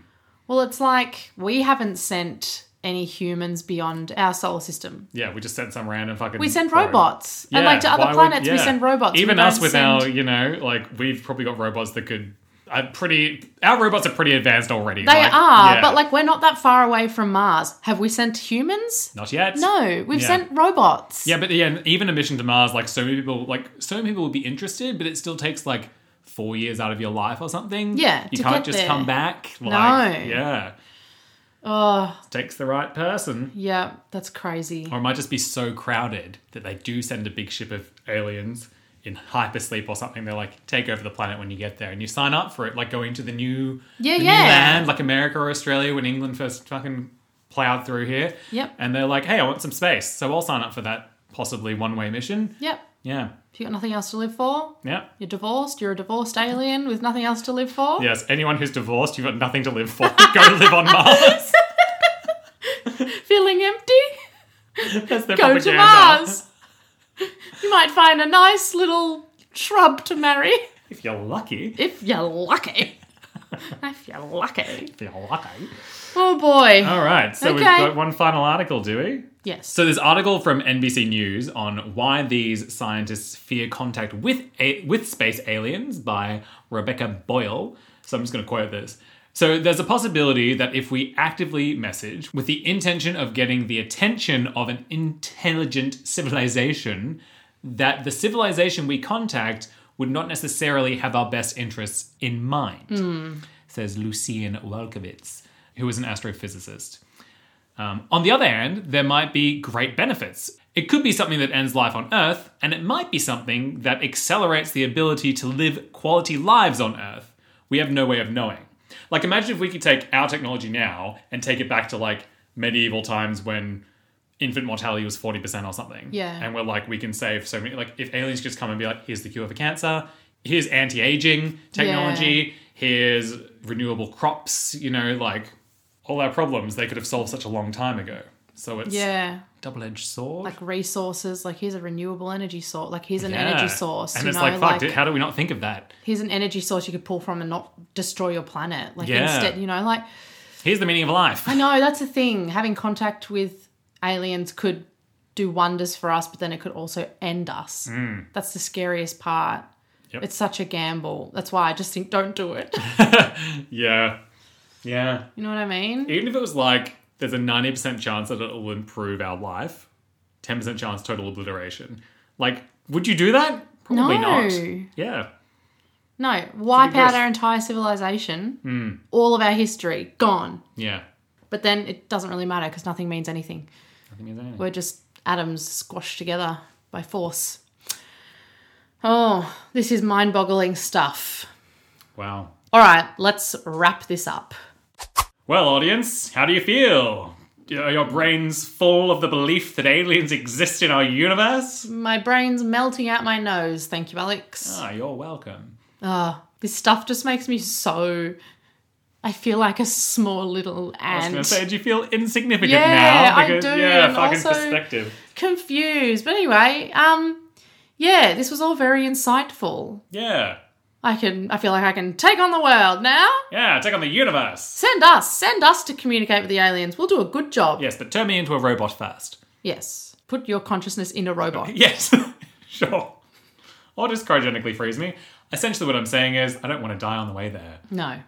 Well, it's like we haven't sent any humans beyond our solar system.
yeah. We just sent some random fucking.
We send
probe.
robots. and
Hmm, Yeah,
like to
why
other
would-
planets, we
yeah.
send robots. We
Even
don't
us with
send-
our, you know, like we've probably got robots that could. Are pretty. Our robots are pretty advanced already.
They are,
yeah.
but like we're not that far away from Mars. Have we sent humans?
not yet.
No, we've
Yeah.
sent robots.
Yeah, but yeah, even a mission to Mars, like so many people, like so many people would be interested, but it still takes like four years out of your life or something.
Yeah,
You
to
can't
get
just
there.
come back. Like,
No.
Yeah.
Oh,
Takes the right person.
yeah, that's crazy.
Or it might just be so crowded that they do send a big ship of aliens in hypersleep or something. They're like, take over the planet when you get there. And you sign up for it, like going to the new,
Yeah,
the new
yeah.
land, like America or Australia when England first fucking plowed through here.
Yep.
And they're like, hey, I want some space. So I'll sign up for that possibly one way mission.
Yep.
Yeah.
If you got nothing else to live for,
Yeah.
you're divorced, you're a divorced alien with nothing else to live for.
Yes, anyone who's divorced, you've got nothing to live for. Go live on Mars.
Feeling empty?
That's their
Go to
propaganda.
Mars. you might find a nice little shrub to marry
If you're lucky.
if you're lucky. if you're lucky.
If you're lucky.
Oh boy.
All right, so we've
Okay.
got one final article, do we?
yes.
Uh, So this article from NBC News on why these scientists fear contact with a- with space aliens by Rebecca Boyle. So I'm just going to quote this. So there's a possibility that if we actively message with the intention of getting the attention of an intelligent civilization, that the civilization we contact would not necessarily have our best interests in mind. Says Lucien Wolkowitz, who is an astrophysicist. Um, on the other hand, there might be great benefits. It could be something that ends life on Earth, and it might be something that accelerates the ability to live quality lives on Earth. We have no way of knowing. Like, imagine if we could take our technology now and take it back to like medieval times when infant mortality was 40% or something.
Yeah.
And we're like, we can save so many. Like, if aliens just come and be like, here's the cure for cancer, here's anti aging technology, here's renewable crops, you know, like all our problems they could have solved such a long time ago. So it's
yeah.
double edged sword.
Like resources, like here's a renewable energy source, like here's an
Yeah.
energy source.
And
you
it's
know,
like, fuck, dude, how do we not think of that?
here's an energy source you could pull from and not destroy your planet. Like
Yeah.
instead, you know, like
Here's the meaning of life.
I know that's a thing. Having contact with aliens could do wonders for us, but then it could also end us. That's the scariest part.
Hmm. Yep.
It's such a gamble. That's why I just think don't do it.
Yeah. Yeah.
You know what I mean?
Even if it was like, there's a 90% chance that it'll improve our life, 10% chance total obliteration. Like, would you do that? Probably
No.
not. Yeah.
No, wipe out
gross.
our entire civilization,
Hmm.
all of our history, gone.
Yeah.
But then it doesn't really matter because nothing means anything.
Nothing means anything.
We're just atoms squashed together by force. Oh, this is mind boggling stuff.
Wow.
All right, let's wrap this up.
Well, audience, how do you feel? Are your brains full of the belief that aliens exist in our universe?
My brain's melting out my nose. Thank you, Alex.
Ah, you're welcome.
Ah, this stuff just makes me so. I feel like a small little
I was
ant.
going to say, do you feel insignificant
Yeah,
now?
I do,
Yeah,
and
fucking
also-
perspective.
Confused, but anyway, um, yeah, this was all very insightful.
Yeah,
I can, I feel like I can take on the world now.
yeah. Take on the universe.
Send us, send us to communicate with the aliens. We'll do a good job.
Yes, but turn me into a robot first.
Yes. Put your consciousness in a robot.
Yes, sure. Or just cryogenically freeze me. Essentially, what I'm saying is, I don't want to die on the way there.
No.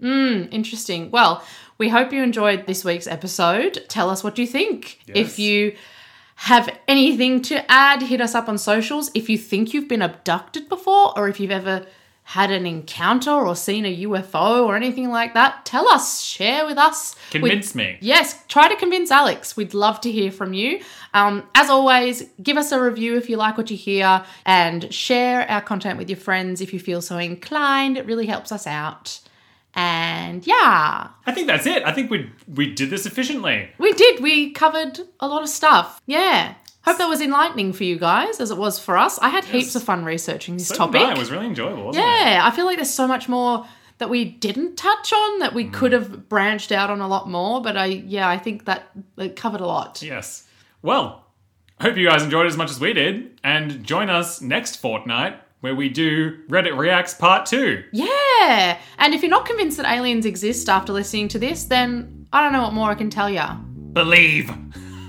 Mm, interesting. Well, we hope you enjoyed this week's episode. Tell us what you think.
Yes.
If you have anything to add, hit us up on socials. If you think you've been abducted before, or if you've ever had an encounter or seen a UFO or anything like that, tell us. Share with us. We'd-
Convince me.
Yes, try to convince Alex. We'd love to hear from you. Um, as always, give us a review if you like what you hear and share our content with your friends if you feel so inclined. It really helps us out. And yeah,
I think that's it. I think we we did this efficiently.
we did. We covered a lot of stuff. Yeah. Hope that was enlightening for you guys as it was for us. I had heaps of fun researching this
So
topic.
did I. It was really enjoyable. Wasn't It?
Yeah, I feel like there's so much more that we didn't touch on that
Mm.
we could have branched out on a lot more, but I yeah, I think that it covered a lot.
Yes. Well, I hope you guys enjoyed it as much as we did, and join us next fortnight where we do Reddit Reacts Part Two.
Yeah. And if you're not convinced that aliens exist after listening to this, then I don't know what more I can tell ya.
Believe.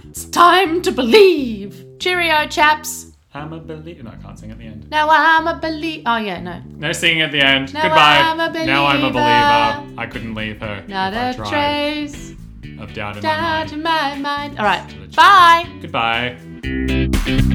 It's time to believe. Cheerio, chaps.
I'm a believer. No, I can't sing at the end.
Now I'm a belie Oh, yeah, no.
No singing at the end.
Now
Goodbye.
I'm a
now I'm a
believer.
believer. I couldn't leave her.
Not
if I
a
tried.
trace
of doubt in my
down
mind.
to my mind. All right. Bye.
Goodbye.